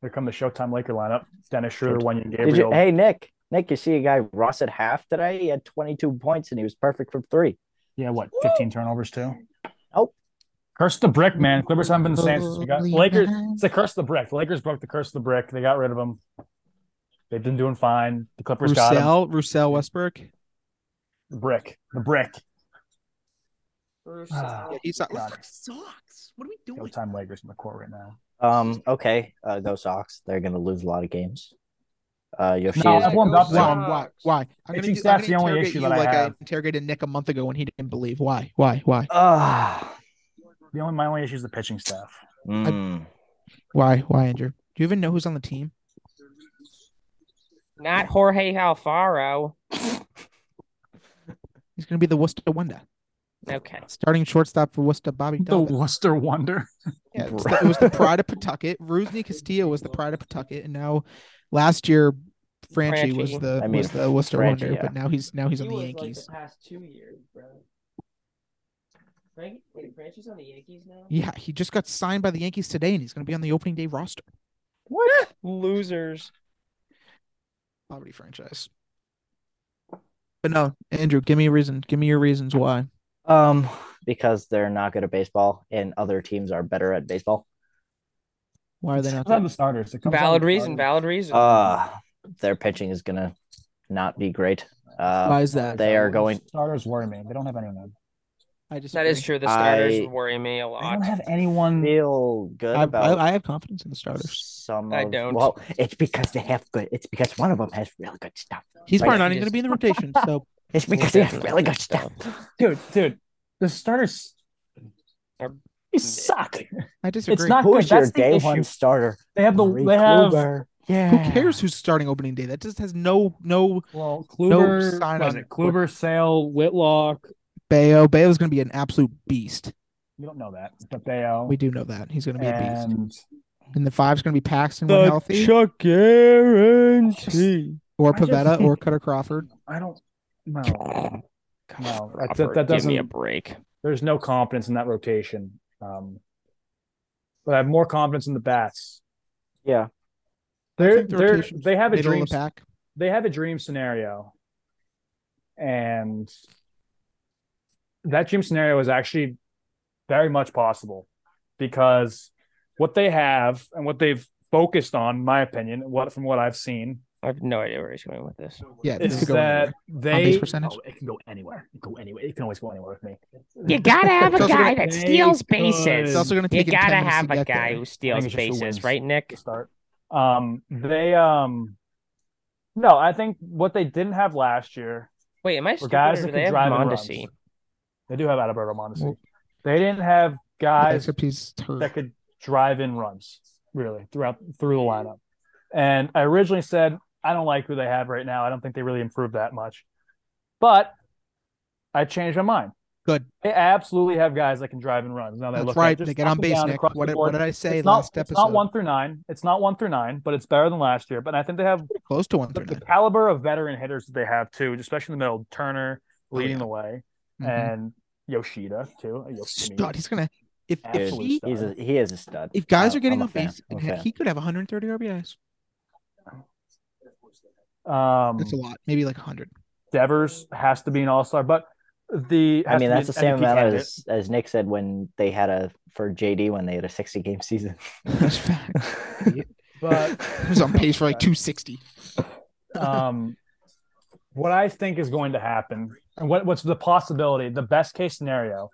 S3: Here come the Showtime Laker lineup. Dennis Schroeder,
S2: Showtime.
S3: one and
S2: Did you,
S3: Gabriel.
S2: hey Nick, Nick, you see a guy Russ at half today? He had 22 points and he was perfect from three.
S3: Yeah, what? 15 turnovers too.
S2: Nope.
S3: Curse the brick, man. Clippers haven't been the same since we got
S4: Holy
S3: Lakers.
S4: man.
S3: It's the curse of the brick. The Lakers broke the curse of the brick. They got rid of him. They've been doing fine. The Clippers got him.
S4: Roussel, Roussel Westbrook.
S3: The brick. The brick.
S4: Yeah, Ah, he's not.
S3: God.
S4: Westbrook sucks. What are we doing?
S3: Showtime Lakers in the court right now.
S2: Um, okay, uh, go Sox. They're gonna lose a lot of games. Uh, Yoshi
S3: No,
S2: is-
S3: I've warmed up
S4: Why?
S3: now.
S4: Why? Why? I'm
S3: I
S4: gonna,
S3: think
S4: do, I'm
S3: uh,
S4: gonna
S3: that's the only
S4: interrogate
S3: issue
S4: you
S3: that I
S4: like
S3: have.
S4: interrogated Nick a month ago when he didn't believe. Why? Why? Why?
S2: Ah,
S3: The only my only issue is the pitching staff.
S2: mm.
S4: Why? Why, Andrew? Do you even know who's on the team?
S1: Not Jorge Alfaro.
S4: He's gonna be the Worcester Wonder,
S1: Okay.
S4: starting shortstop for Worcester Bobby Dalvin.
S3: Worcester Wonder.
S4: Yeah, it's the- it was the pride of Pawtucket. Rusney Castillo was the pride of Pawtucket, and now last year Franchi was
S1: Franchi.
S4: the
S2: I mean,
S4: was the Worcester
S2: Franchi,
S4: Wonder,
S2: yeah.
S4: but now he's now he's on the Yankees.
S1: past two years, bro. Frank, wait, Franchi's on the Yankees now?
S4: Yeah, he just got signed by the Yankees today, and he's gonna be on the opening day roster.
S1: What? Losers.
S4: poverty franchise. But no, Andrew, give me a reason. Give me your reasons why.
S2: um, because they're not good at baseball and other teams are better at baseball.
S4: Why are they not?
S3: on
S4: There?
S3: the starters. It comes down
S1: Valid
S3: to
S1: reason.
S3: starters.
S1: Valid reason.
S2: Uh, their pitching is gonna not be great. Uh,
S4: Why is that?
S2: they are going.
S3: Starters worry me. They don't have anyone.
S4: I just
S1: that is true. The starters
S2: I-
S1: worry me a
S3: They don't
S1: lot.
S3: have anyone.
S2: Feel good
S4: I,
S2: about
S4: I, I have confidence in the starters.
S2: some.
S1: I
S2: of-
S1: don't.
S2: Well, it's because they have good. It's because one of them has really good stuff.
S4: He's
S2: Right.
S4: probably not even going to
S1: *laughs*
S4: be in the rotation. So
S2: It's
S1: We'll
S2: because they have
S1: definitely
S2: really
S1: get
S2: good stuff.
S3: Dude, dude, the starters.
S1: They're-
S3: They suck.
S4: I disagree.
S3: not-
S2: Who is
S3: That's
S2: your
S3: the
S2: day
S3: issue.
S2: one starter?
S3: They have the.
S2: Corey
S3: They have.
S2: Kluber.
S4: Who
S2: Yeah.
S4: cares who's starting opening day? That just has no no
S3: Well,
S4: Kluber-
S3: Kluber.
S4: sign
S3: was
S4: on-
S3: it Kluber, Sale, Whitlock?
S4: Bayo. Bayo's going to be an absolute beast.
S3: You don't know that, but they are.
S4: We do know that he's going to be a beast.
S3: and
S4: And the five's going to be Paxton when healthy,
S1: Chuck
S3: guarantee.
S4: or
S3: I just-
S4: Pavetta, or Cutter Crawford.
S3: I don't. No, No, that- that-
S1: Robert, Give
S3: that
S1: me a
S3: doesn't-
S1: break.
S3: there's no confidence in that rotation. Um, but I have more confidence in the bats.
S2: Yeah.
S3: They're,
S4: think the
S3: they're
S4: rotation's
S3: they have a
S4: Middle
S3: dream.
S4: of the pack.
S3: They have a dream scenario, and that dream scenario is actually very much possible because what they have and what they've focused on, in my opinion, what from what I've seen,
S1: I have no idea where he's going with this.
S4: Yeah, this
S3: is
S4: could go
S3: that
S4: anywhere. On
S3: they
S4: base percentage?
S3: Oh, it can go anywhere. It can go anywhere. It can always go anywhere with me.
S1: You gotta have a
S4: It's also
S1: guy
S4: gonna-
S1: that steals
S3: They could-
S1: bases.
S4: It's also going to
S1: You
S4: take him 10
S1: gotta
S4: minutes to
S1: have a
S4: get
S1: guy
S4: there.
S1: who steals
S3: it's just who wins.
S1: bases, right, Nick?
S3: to start. Um, they um, no, I think what they didn't have last year
S1: Wait, am I
S3: were
S1: stupid or
S3: guys
S1: do
S3: that
S1: they
S3: could
S1: have
S3: drive in
S1: Mondesi?
S3: runs. They do have Adalberto Mondesi.
S4: Well-
S3: they didn't have guys
S4: Except he's hurt.
S3: that could drive in runs really throughout through the lineup. And I originally said I don't like who they have right now. I don't think they really improved that much, but I changed my mind.
S4: Good.
S3: They absolutely have guys that can drive and runs. Now that I
S4: That's
S3: look
S4: right.
S3: At it,
S4: They
S3: just
S4: get on
S3: up and
S4: base,
S3: down
S4: Nick.
S3: across the
S4: What, did-
S3: board.
S4: what did I say
S3: it's
S4: last
S3: not,
S4: episode?
S3: It's not one through nine. It's not one through nine, but it's better than last year. But I think they have
S4: Close to one
S3: the,
S4: through
S3: the
S4: nine.
S3: caliber of veteran hitters that they have too, especially in the middle. Turner
S4: Oh,
S3: leading
S4: yeah.
S3: the way,
S4: Mhm.
S2: Mm-hmm.
S3: and Yoshida too. uh, Yoshida.
S4: Mm-hmm. Stud. He's gonna if if
S3: Absolute
S4: he
S3: stud.
S2: He's a, he is a stud.
S4: if guys
S2: I-
S4: are getting
S2: I'm
S4: on
S2: fan.
S4: base,
S2: I'm
S4: and
S2: a
S4: ha-
S2: fan.
S4: he could have 130 RBIs.
S3: Um,
S4: That's a lot. Maybe like 100.
S3: Devers has to be an all star, but the
S2: I
S3: has
S2: mean,
S3: to be
S2: that's the
S3: an
S2: same
S3: MVP
S2: amount
S3: candidate.
S2: as as Nick said when they had a for JD when they had a sixty
S4: *laughs*
S2: game season.
S4: *laughs* That's fact.
S3: but
S4: He was on pace for like 260.
S3: um, what I think is going to happen, and what, what's the possibility, the best case scenario,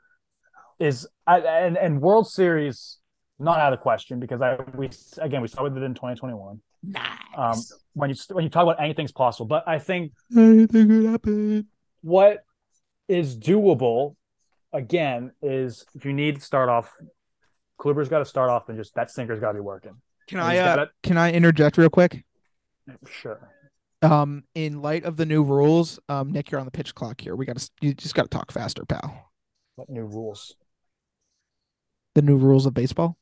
S3: is I, and and World Series not out of the question because I we again we saw what they did in 2021. Um, when you when you talk about anything's possible, but I think
S4: Anything could happen.
S3: what is doable again is you need to start off. Kluber's got to start off, and just that sinker's got to be working.
S4: Can
S3: And
S4: I
S3: he's
S4: uh,
S3: gotta-
S4: can I interject real quick?
S3: sure.
S4: Um, in light of the new rules, um, Nick, you're on the pitch clock here. We got to you just got to talk faster, pal.
S3: What new rules?
S4: The new rules of baseball.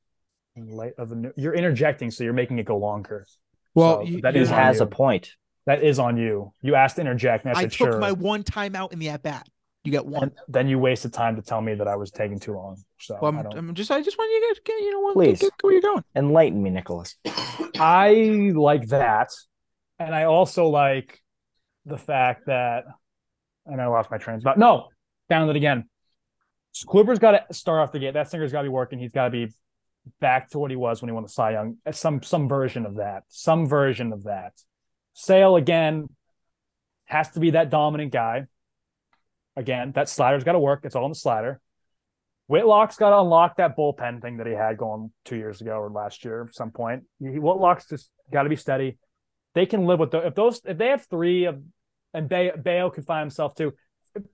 S3: in light of the new, you're interjecting, so you're making it go longer.
S4: Well,
S3: So
S4: you-
S3: that
S2: He
S4: you-
S3: is on
S2: has a
S3: you.
S2: point.
S3: That is on you. You asked to interject, and I
S4: I
S3: said
S4: took
S3: sure.
S4: my one time out in the at bat. You got one.
S3: and then you wasted time to tell me that I was taking too long. So
S4: Well,
S3: I
S4: I'm,
S3: don't.
S4: I'm just I just want you to get you know what
S2: Please.
S4: get- get where you're going.
S2: Enlighten me, Nicholas.
S3: I like that, and I also like the fact that, and I lost my train. But no, found it again. Kluber's got to start off the gate. That singer's got to be working. He's got to be back to what he was when he won the Cy Young. Uh, Some some version of that. Some version of that. Sale again has to be that dominant guy. Again, that slider's got to work. It's all on the slider. Whitlock's got to unlock that bullpen thing that he had going two years ago or last year at some point. He, Whitlock's just got to be steady. They can live with the, if those if they have three of and Ba- Bayo can find himself too.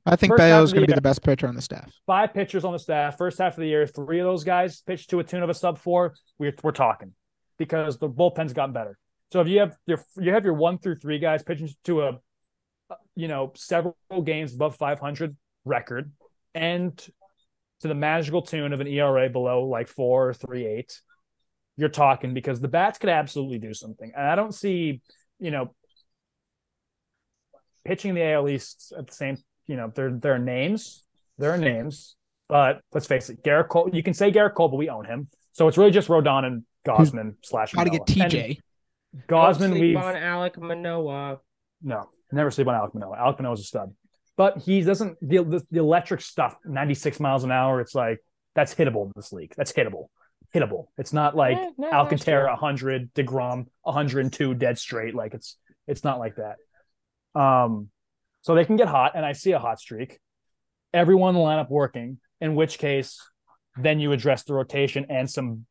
S4: I think
S3: First half
S4: Bayo's
S3: of the
S4: going to be
S3: year.
S4: the best pitcher on the staff.
S3: Five pitchers on the staff. First half of the year, three of those guys pitched to a tune of a sub four. We're we're talking because the bullpen's gotten better. So if you have your you have your one through three guys pitching to a you know several games above 500 record and to the magical tune of an ERA below like four or three eight, you're talking because the bats could absolutely do something. And I don't see you know pitching the AL East at the same you know there there are names there are names, but let's face it, Garrett Cole. You can say Garrett Cole, but we own him. So it's really just Rodon and Gosman slash
S4: Got to get
S3: Manoa. And
S4: TJ.
S3: Gosman,
S1: we
S3: we've
S1: on Alec Manoa.
S3: no, never sleep on Alec Manoa. Alec Manoa's a stud, but he doesn't the, the the electric stuff. Ninety six miles an hour. It's like that's hittable in this league. That's hittable, hittable. It's not like
S1: Eh, not
S3: Alcantara
S1: last
S3: 100, Degrom 102 dead straight. Like it's it's not like that. Um, so they can get hot, and I see a hot streak. Everyone in the lineup working. In which case, then you address the rotation and some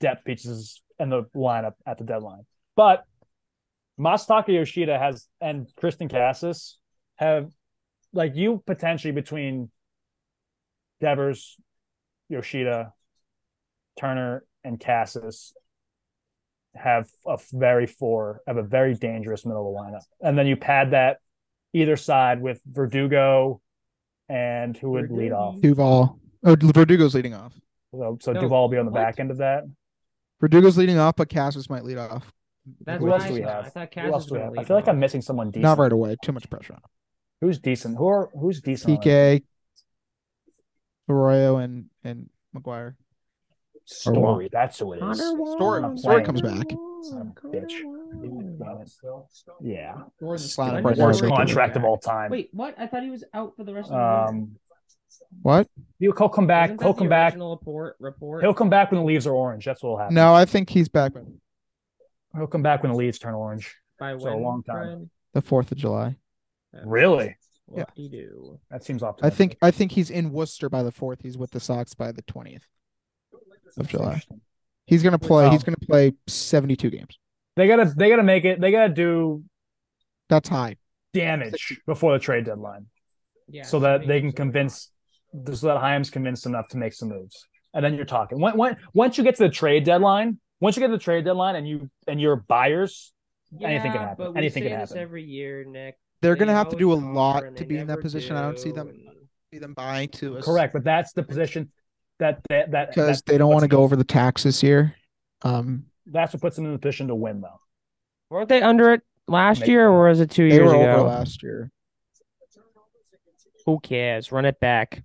S3: depth pieces in the lineup at the deadline. But Masataka Yoshida has and Kristen Cassis have like you potentially between Devers, Yoshida, Turner, and Cassis have a f- very four have a very dangerous middle of the lineup, and then you pad that either side with Verdugo and who would lead off.
S4: Duval. Oh, Verdugo's leading off.
S3: So, so
S1: No,
S3: Duval will be on the
S1: what?
S3: back end of that.
S4: Verdugo's leading off, but Cassius might lead off.
S1: That's
S3: Who
S1: what
S3: else
S1: I
S3: do we
S1: thought.
S3: have?
S1: I thought
S3: Who
S1: Cass
S3: else
S1: was
S3: do we
S1: going
S3: have?
S1: to
S3: I feel like I'm missing someone decent.
S4: Not right away. Too much pressure on
S3: Who's decent? Who are who's decent? on
S4: him.
S3: it?
S4: TK, Arroyo, and and McGuire.
S3: Story. That's who it is.
S4: Story-
S3: Not
S4: Story
S3: playing.
S4: comes back.
S3: Son of a bitch. Yeah.
S4: Doors is
S1: I
S4: sliding
S1: know
S4: right now.
S1: Doors
S3: Worst
S1: Ricky.
S3: contract of all time.
S1: Wait, what? I thought he was out for the rest of the year.
S3: Um,
S4: What?
S3: he'll he'll come back.
S1: Wasn't that
S3: He'll
S1: the
S3: come back.
S1: original Report, report.
S3: He'll come back when the leaves are orange. That's what will happen.
S4: No, I think he's back by
S3: He'll come back when the leaves turn orange.
S1: by
S3: so a
S1: when,
S3: long time.
S1: Brian?
S4: the fourth of July.
S1: Uh,
S3: Really?
S1: What do you do?
S3: That seems
S4: I
S3: optimistic.
S4: think I think he's in Worcester by the fourth. He's with the Sox by the twentieth. of July.
S3: Interesting.
S4: He's gonna play.
S3: Wow.
S4: He's gonna play seventy-two games.
S3: They gotta they gotta make it. They gotta do
S4: That's high.
S3: damage before the trade deadline.
S1: Yeah,
S3: so that they can convince so that Hyams convinced enough to make some moves. And then you're talking. When, when, once you get to the trade deadline, once you get to the trade deadline and you and your buyers, anything can
S1: Yeah,
S3: happen.
S1: but we
S3: Anything can
S1: say this
S3: happen.
S1: Every year, Nick.
S4: They're
S1: They
S4: gonna have to do a
S1: always are,
S4: lot
S1: and
S4: to
S1: they
S4: be in that
S1: never
S4: position. I don't see
S1: do,
S4: them
S1: and-
S4: see them buying to us
S3: correct, but that's the position that that that,
S4: because
S3: that-
S4: they don't want to
S3: puts
S4: go
S3: them-
S4: over the tax this year. Um,
S3: That's what puts them in the position to win, though.
S1: Weren't they under it last
S3: Make-
S1: year, or was it two
S4: they
S1: years
S4: were
S1: ago?
S4: over last year.
S1: Who cares? Run it back.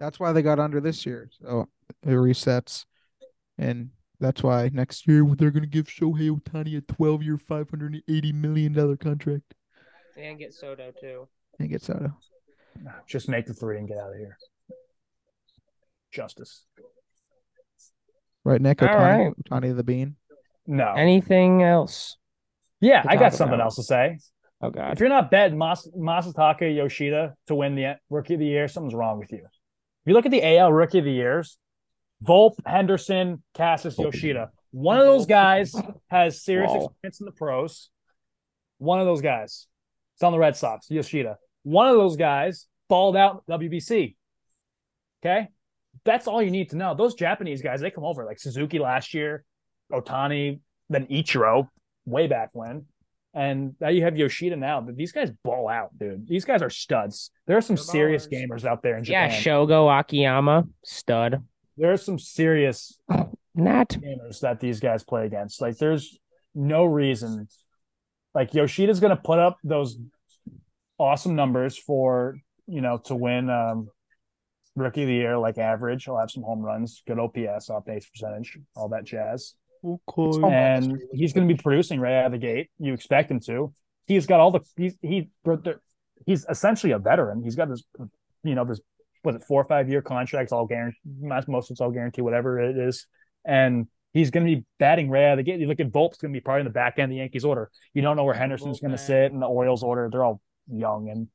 S4: That's why they got under this year. So it resets, and that's why next year they're gonna give Shohei Otani a twelve-year, five hundred and eighty million dollar contract
S1: And get Soto too.
S4: and get Soto.
S3: Just make the three and get out of here. Justice.
S4: Right, Nick? Or
S1: All
S4: Tony,
S1: right.
S4: Tony the Bean.
S3: No.
S1: Anything else?
S3: yeah,
S1: to
S3: I
S1: talk
S3: got something
S1: about.
S3: else to say.
S1: Oh God.
S3: If you're not betting Mas- Masataka Yoshida to win the Rookie of the Year, something's wrong with you. If you look at the AL Rookie of the Years, Volpe, Henderson, Cassis, Yoshida. One of those guys has serious
S1: Wow.
S3: experience in the pros. One of those guys. It's on the Red Sox, Yoshida. One of those guys balled out in WBC. Okay? That's all you need to know. Those Japanese guys, they come over like Suzuki last year, Otani, then Ichiro way back when. And now you have Yoshida now. But these guys ball out, dude. These guys are studs. There are some
S4: They're
S3: serious
S4: ballers.
S3: gamers out there in
S1: Yeah,
S3: Japan.
S1: Shogo Akiyama, stud.
S3: there are some serious
S1: Not
S3: gamers that these guys play against. Like, there's no reason. Like Yoshida's going to put up those awesome numbers for you know to win um, rookie of the year, like average. He'll have some home runs, good OPS, off base percentage, all that jazz.
S4: Oh,
S3: And he's going to be producing right out of the gate. You expect him to. He's got all the he's he he's essentially a veteran. He's got this you know this was it four or five year contracts all guaranteed most of it's all guaranteed whatever it is and he's going to be batting right out of the gate. You look at Volpe's going to be probably in the back end of the Yankees order. You don't know where Henderson's going to
S1: Volpe.
S3: sit in the Orioles order. They're all young and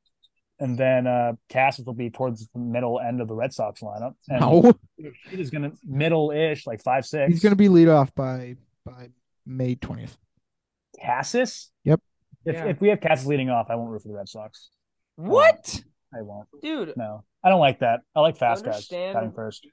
S3: and then uh Cassis will be towards the middle end of the Red Sox lineup. And
S4: No,
S3: he's going to middle ish like five six.
S4: he's going to be lead off by by May twentieth.
S3: Cassis.
S4: Yep.
S3: If,
S1: Yeah.
S3: if we have Cassis leading off, I won't root for the Red Sox.
S1: what,
S3: I won't.
S1: dude.
S3: No, I don't like that. I like fast guys.
S1: Understand-
S3: Batting first.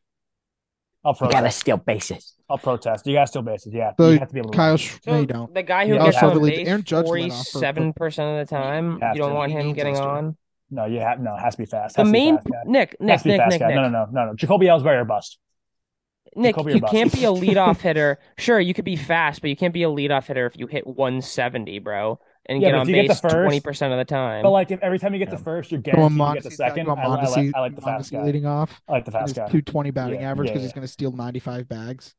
S3: I'll
S2: You gotta
S3: protest.
S2: steal bases.
S3: I'll protest. You got to steal bases. Yeah,
S4: So,
S3: you have to be able to.
S4: Kyle, Sch- no,
S1: So
S4: you don't.
S1: the guy who
S3: Yeah,
S1: gets
S3: I'll
S1: on
S4: probably-
S1: base
S4: Aaron Judge went off for-
S1: forty-seven percent of the time,
S3: have
S1: you don't
S3: to.
S1: want him
S4: He
S1: getting
S4: needs us to.
S1: on.
S3: No, you have no. It has to be fast.
S1: The
S3: Has to be
S1: main
S3: fast, guy.
S1: Nick,
S3: Has
S1: Nick,
S3: to be
S1: Nick,
S3: fast
S1: Nick,
S3: guy.
S1: Nick.
S3: No, no, no, no, no. Jacoby Ellsbury or bust.
S1: Nick,
S3: Jacoby or
S1: you
S3: bust.
S1: can't
S3: *laughs*
S1: be a leadoff hitter. Sure, you could be fast, but you can't be a leadoff hitter if you hit 170, bro, and
S3: Yeah,
S1: get
S3: but
S1: on
S3: if you get the
S1: base
S3: first-
S1: 20% of the time.
S3: But like, if every time you get
S2: Yeah.
S3: the first, you're
S4: Go on
S3: guaranteed you get the
S4: Mondesi.
S3: second.
S4: Go on
S3: I, I
S4: Mondesi.
S3: like, I like the fast
S4: Mondesi
S3: guy.
S4: leading off.
S3: I like the fast
S4: His
S3: guy.
S4: 220 batting
S3: Yeah,
S4: average
S3: yeah,
S4: because
S3: yeah.
S4: he's going to steal 95 bags.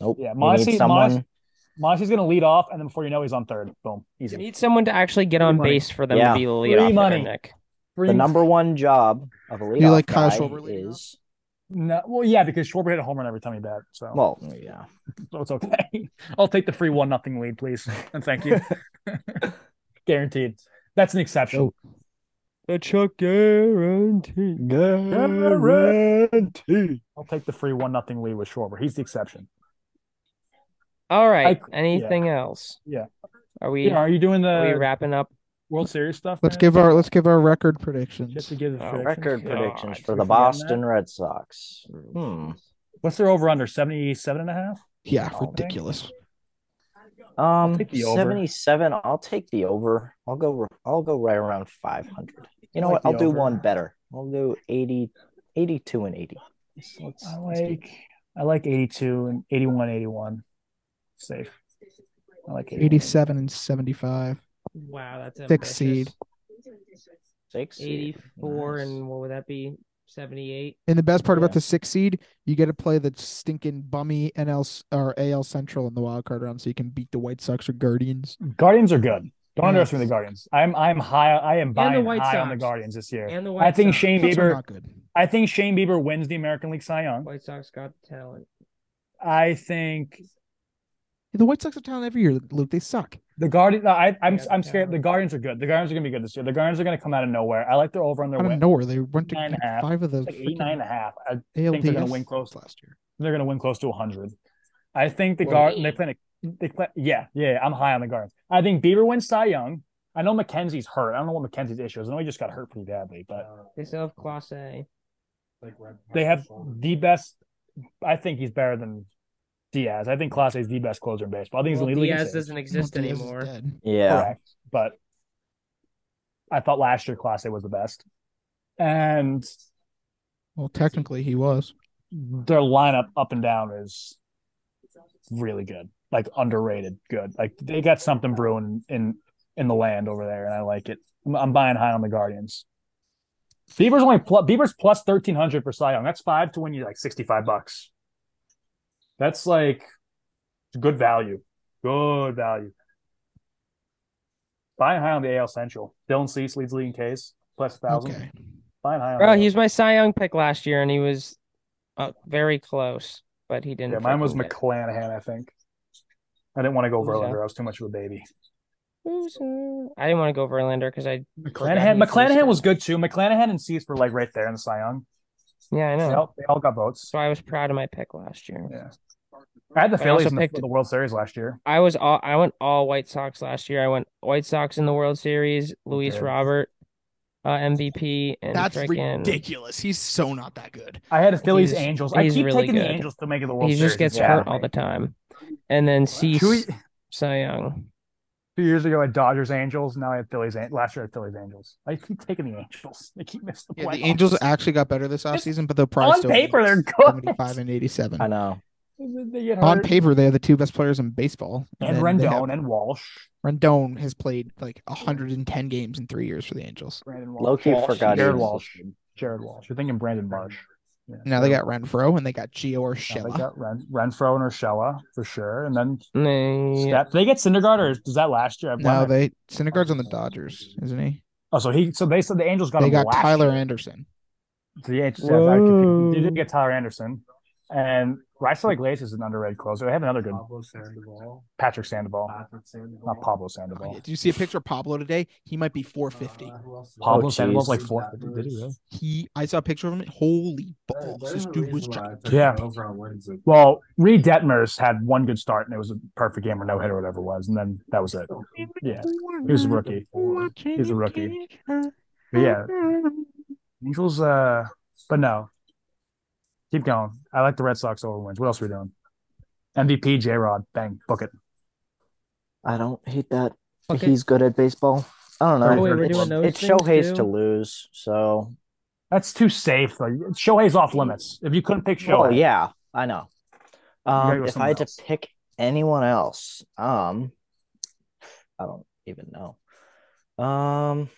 S2: Nope.
S3: Yeah,
S2: we
S3: Mondesi-
S2: need someone.
S3: Mondesi- Monty's going to lead off, and then before you know, it, he's on third. Boom,
S1: you
S3: easy.
S1: need someone to actually get on
S3: money.
S1: base for them
S2: Yeah.
S1: to be the leadoff hitter,
S3: money.
S1: Nick.
S2: the number one job of a leadoff
S4: like Kyle
S2: guy
S4: Schwarber leading off?
S2: is
S3: No, well, yeah, because Schwarber hit a home run every time he bat. So,
S2: well, yeah.
S3: so it's okay. *laughs* I'll take the free one nothing lead, please, and
S4: *laughs*
S3: thank you. Guaranteed. That's an exception.
S4: Oh.
S1: That's your guarantee.
S3: Guarantee. I'll take the free one nothing lead with Schwarber. He's the exception.
S1: All right.
S3: I-
S1: Anything else?
S3: Yeah.
S1: Are we
S3: Yeah, are you doing
S1: are we
S3: the
S1: wrapping up?
S3: World Series stuff?
S4: Let's
S3: man?
S4: give our let's give our record predictions.
S3: just to give the
S1: Oh,
S3: predictions?
S2: Record
S1: God,
S2: predictions
S1: did
S2: for
S3: we
S2: the
S3: forget that?
S2: Boston Red Sox. Hmm.
S3: What's their over under? 77 and a half?
S4: yeah,
S3: Oh, man.
S4: ridiculous.
S2: Um,
S3: take the over.
S2: seventy-seven. I'll take the over. I'll go. I'll go right around five hundred. You know
S3: I like
S2: what? I'll
S3: the
S2: do
S3: over.
S2: one better. I'll do 80, 82 and eighty. Let's- let's-
S3: I
S2: let's do-
S3: like I like 82 and 81 81. Safe. I like 81.
S4: 87 and 75.
S1: Wow, that's
S4: Sixth seed. ambitious.
S2: six seed.
S1: 84
S2: Nice.
S1: and what would that be? 78.
S4: And the best part about
S2: Yeah.
S4: the six seed, you get to play the stinking bummy NL s- or AL Central in the wild card round, so you can beat the White Sox or Guardians.
S3: Guardians are good. Don't
S4: Yeah.
S3: underestimate the Guardians. I'm I'm high I am
S1: the
S3: buying
S1: White
S3: high on the
S1: Sox.
S3: Guardians this year.
S1: And the White
S3: I think
S1: Sox.
S3: Shane
S4: Sox are
S3: Bieber
S4: not good.
S3: I think Shane Bieber wins the American League Cy Young.
S1: White Sox got the talent.
S3: I think
S4: The White Sox are talent every year, Luke. They suck.
S3: the Guardians I I'm
S1: Yeah,
S3: I'm
S1: the
S3: scared the
S1: Guardians.
S3: Guardians are good. The Guardians are going to be good this year. The Guardians are going to come out of nowhere. I like their over on
S4: I
S3: their
S4: don't
S3: win.
S4: know where they went to
S3: Nine and a half.
S4: five of the
S3: It's like eight, nine and a half. I
S4: ALDS
S3: think they're gonna win close.
S4: last year.
S3: they're going to win close to 100. I think the
S1: Whoa.
S3: guard they play. They play. Yeah, yeah. I'm high on the guards. I think Bieber wins Cy Young. I know McKenzie's hurt. I don't know what McKenzie's issue is. I know he just got hurt pretty badly, but
S1: They still have Class A.
S3: they have the best. I think he's better than Diaz. I think Class A is the best closer in baseball. I think he's
S1: Well,
S3: leading the league in
S1: Diaz
S3: saves.
S1: doesn't exist
S4: Diaz is
S1: anymore.
S4: dead.
S2: Yeah.
S3: Correct. But I thought last year Class A was the best, and
S4: Well, technically he was.
S3: their lineup up and down is really good, like underrated good. Like they got something brewing in in the land over there, and I like it. I'm, I'm buying high on the Guardians. Beavers only plus Beavers plus thirteen hundred for Cy Young. That's five to win you like sixty five bucks. That's like good value. Good value. Buying high on the AL Central. Dylan Cease leads league in Ks plus thousand.
S4: Okay.
S3: Fine. I don't
S1: Bro,
S3: know.
S1: he was my Cy Young pick last year, and he was uh, very close, but he didn't.
S3: yeah, mine was
S1: fucking get it.
S3: McClanahan, I think. I didn't want to go
S1: Who's
S3: Verlander.
S1: that?
S3: I was too much of a baby.
S1: Loser. I didn't want to go Verlander because I.
S3: McClanahan,
S1: he was
S3: McClanahan
S1: good.
S3: was good too. McClanahan and Cease were like right there in the Cy Young.
S1: Yeah, I
S3: They
S1: know.
S3: all, they all got votes.
S1: So I was proud of my pick last year.
S3: Yeah. I had the
S1: I
S3: Phillies
S1: also
S3: in the,
S1: picked-
S3: the World Series last year.
S1: I was all I went all White Sox last year. I went White Sox in the World Series, Luis
S3: did?
S1: Robert, uh, MVP, and
S4: That's
S1: frickin-
S4: ridiculous. He's so not that good.
S3: I had a Phillies
S1: He's-
S3: Angels. I
S1: he's
S3: keep
S1: really
S3: taking the
S1: good.
S3: Angels to make it the World
S1: He
S3: Series.
S1: just gets
S3: Yeah.
S1: hurt all the time. And then Cease,
S3: Two,
S1: Cy Young.
S3: two years ago, I had Dodgers Angels. Now I had Phillies. An- Last year, I had Phillies Angels. I keep taking the Angels. I keep missing the
S4: Yeah, the
S3: playoffs.
S4: Angels actually got better this
S3: Just
S4: offseason, but they're probably
S3: on
S4: still
S3: paper, they're good.
S4: 75 and 87.
S2: I know.
S3: They get
S4: On
S3: hurt.
S4: paper, they are the two best players in baseball.
S3: and
S4: then they have-
S3: Rendon and Walsh.
S4: Rendon has played like 110 games in three years for the Angels.
S3: Brandon Walsh.
S2: Loki
S3: Walsh,
S2: forgot. he
S3: Jared
S2: was
S3: Walsh.
S2: listed.
S3: Jared Walsh. You're thinking Brandon Marsh. Yeah,
S4: Now they
S3: Jared
S4: got Renfro and they got Gio
S3: Now
S4: Urshela.
S3: They got uh, Ren- Renfro and Urshela for sure, and then
S1: Mm, yeah.
S3: Step. They get Syndergaard, or is that last year? I
S4: No,
S3: blame it.
S4: they Syndergaard's on the Dodgers, isn't he?
S3: Oh, so he. So they said the Angels got
S4: They
S3: him
S4: got
S3: last
S4: Tyler
S3: year.
S4: Anderson.
S3: So the Angels. Yeah, I could- they
S1: Whoa.
S3: did get Tyler Anderson, and Rysel Iglesias is an underrated closer. They have another good
S5: Pablo Sandoval.
S3: Patrick Sandoval,
S5: Patrick Sandoval.
S3: not Pablo
S4: Oh, yeah.
S3: Sandoval.
S4: Did you see a picture of Pablo today? He might be 450.
S5: Uh, who else?
S3: Pablo
S2: Oh,
S3: Sandoval's
S2: geez.
S3: like four. Did he really?
S4: He, I saw a picture of him. Holy
S5: There-
S4: balls!
S5: there's
S4: This
S5: a
S4: dude was
S5: reason why I
S4: giant.
S5: took
S3: Yeah.
S5: him over on Wednesday.
S3: Well, Reed Detmers had one good start, and it was a perfect game or no hit or whatever it was, and then that was it. Yeah, he was a rookie. He was a rookie. But yeah, Angels. Uh, but no, keep going. I like the Red Sox over wins. What else are we doing? MVP J Rod, bang, book it.
S2: I don't hate that.
S1: Okay.
S2: He's good at baseball. I don't know.
S3: Oh, wait, we're
S2: it's
S3: doing
S1: those
S2: it's
S1: things
S2: Shohei's to
S1: too?
S2: lose, so
S3: That's too safe. Like Shohei's off limits. If you couldn't pick Shohei,
S2: Oh yeah, I know.
S3: gotta
S2: Um,
S3: go
S2: if I
S3: somewhere
S2: had
S3: else.
S2: to pick anyone else, um, I don't even know. Um,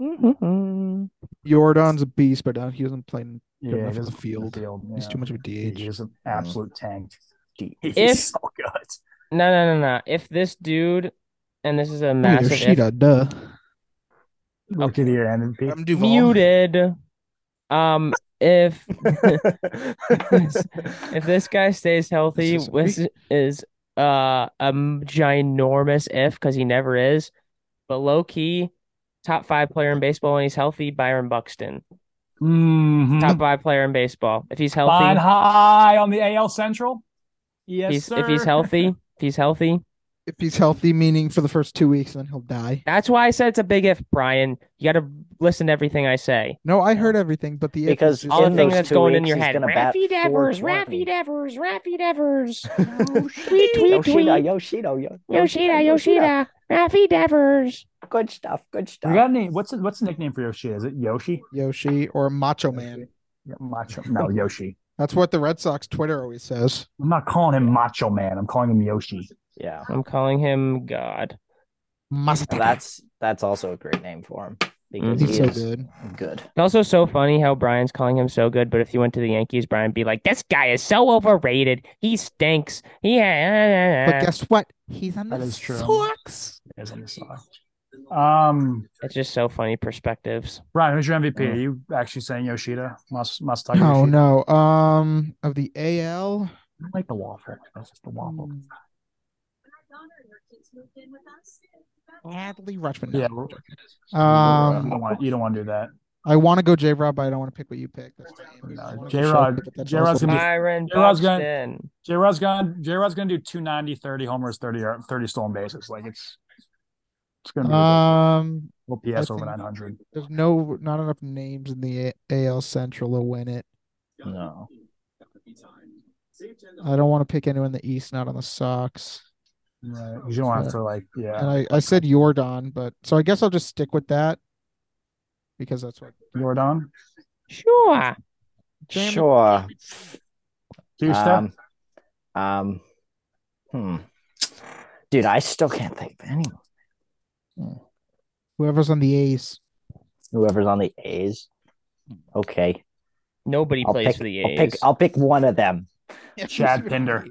S1: Mhm.
S4: Jordan's a beast, but uh, he doesn't play. in-
S3: yeah,
S4: good
S3: he
S4: enough for
S3: doesn't
S4: the
S3: fit in
S4: field. He's
S3: yeah.
S4: too much of a
S3: He-
S4: DH.
S3: He's an absolute tank.
S2: gee,
S3: He's
S1: If-
S3: so good.
S1: No, no, no, no. If this dude, and this is a
S4: I mean,
S1: massive if,
S4: Yoshida, duh.
S3: Rookie of the year MVP.
S4: I'm Duval.
S1: muted. Um,
S3: *laughs*
S1: if *laughs* if this guy stays healthy,
S4: This is
S1: which is uh a ginormous if because he never is, but low key, top five player in baseball when he's healthy, Byron Buxton,
S3: Mhm.
S1: top five player in baseball if he's healthy.
S3: Fine high on the AL Central. Yes,
S1: he's,
S3: sir.
S1: if he's healthy, if he's healthy.
S4: If he's healthy, meaning for the first two weeks, then he'll die.
S1: That's why I said it's a big if, Brian. You got to listen to everything I say.
S4: No, I heard everything, but the
S2: because
S1: All
S2: in
S1: the thing
S2: those
S1: that's
S2: two
S1: going in
S2: weeks,
S1: your
S2: he's
S1: head.
S2: gonna bat
S1: Raffy Devers,
S2: 420.
S1: Raffy Devers, Raffy
S2: *laughs*
S1: Devers. tweet, tweet,
S2: Yoshida,
S1: tweet.
S2: Yoshida, Yo-
S1: Yoshida, Yoshida, Raffy Devers.
S2: Good stuff. Good stuff.
S3: You got any? What's the, what's the nickname for Yoshi? Is it Yoshi?
S4: Yoshi or Macho Oh, Man.
S3: Yeah, Macho? No, Yoshi.
S4: That's what the Red Sox Twitter always says.
S3: I'm not calling him Macho Man. I'm calling him Yoshi.
S2: Yeah,
S1: I'm calling him God.
S4: Masataka.
S2: that's that's also a great name for him
S1: Mhm.
S2: because
S4: he's
S2: he
S4: so
S2: is
S4: good.
S2: good.
S1: It's also so funny how Brian's calling him so good, but if you went to the Yankees, Brian'd be like, "This guy is so overrated. He stinks. Yeah,
S4: But guess what? He's on
S3: Eh. That
S4: the
S3: is true.
S4: Sox.
S3: As on the side. Um,
S1: it's just so funny perspectives."
S3: Brian, who's your MVP?
S2: Mm.
S3: Are you actually saying Yoshida? Must must talk
S4: Oh
S3: Yoshida.
S4: no. Um, of the AL.
S3: I like the waffle. That's just the waffle.
S4: Adley Rutschman.
S3: Yeah.
S4: Um,
S3: you don't want you don't want to do that.
S4: I want to go J Rob, but I don't want to pick what you pick. That's the aim.
S3: No,
S4: I wanna go
S3: J-Rod-
S4: Shelby, but that's
S3: J-Rod's
S4: also-
S3: gonna be-
S1: Byron
S3: J-Rod's gonna-
S1: Buxton.
S3: J Rod's gonna J Rod's gonna do 290, 30 homers, 30, or 30 stolen bases. Like it's it's
S4: Uh,
S3: gonna be
S4: Um,
S3: a little PS
S4: I
S3: over
S4: think-
S3: nine hundred.
S4: there's no not enough names in the A- AL Central to win it.
S2: No,
S4: I don't want to pick anyone in the East, not on the Sox.
S3: Right. 'Cause You don't have to like
S4: And
S3: yeah.
S4: I, I said Jordan, but so I guess I'll just stick with that because that's what.
S3: Jordan.
S1: Sure.
S4: Damn it.
S2: sure.
S4: uh,
S3: Houston.
S2: Um, um, hmm. Dude, I still can't think of anyone.
S4: Whoever's on the A's.
S2: Whoever's on the A's. Okay.
S1: Nobody
S2: I'll
S1: plays
S2: pick,
S1: for the
S2: I'll pick
S1: A's.
S2: I'll pick one of them.
S4: *laughs*
S3: Chad Pinder.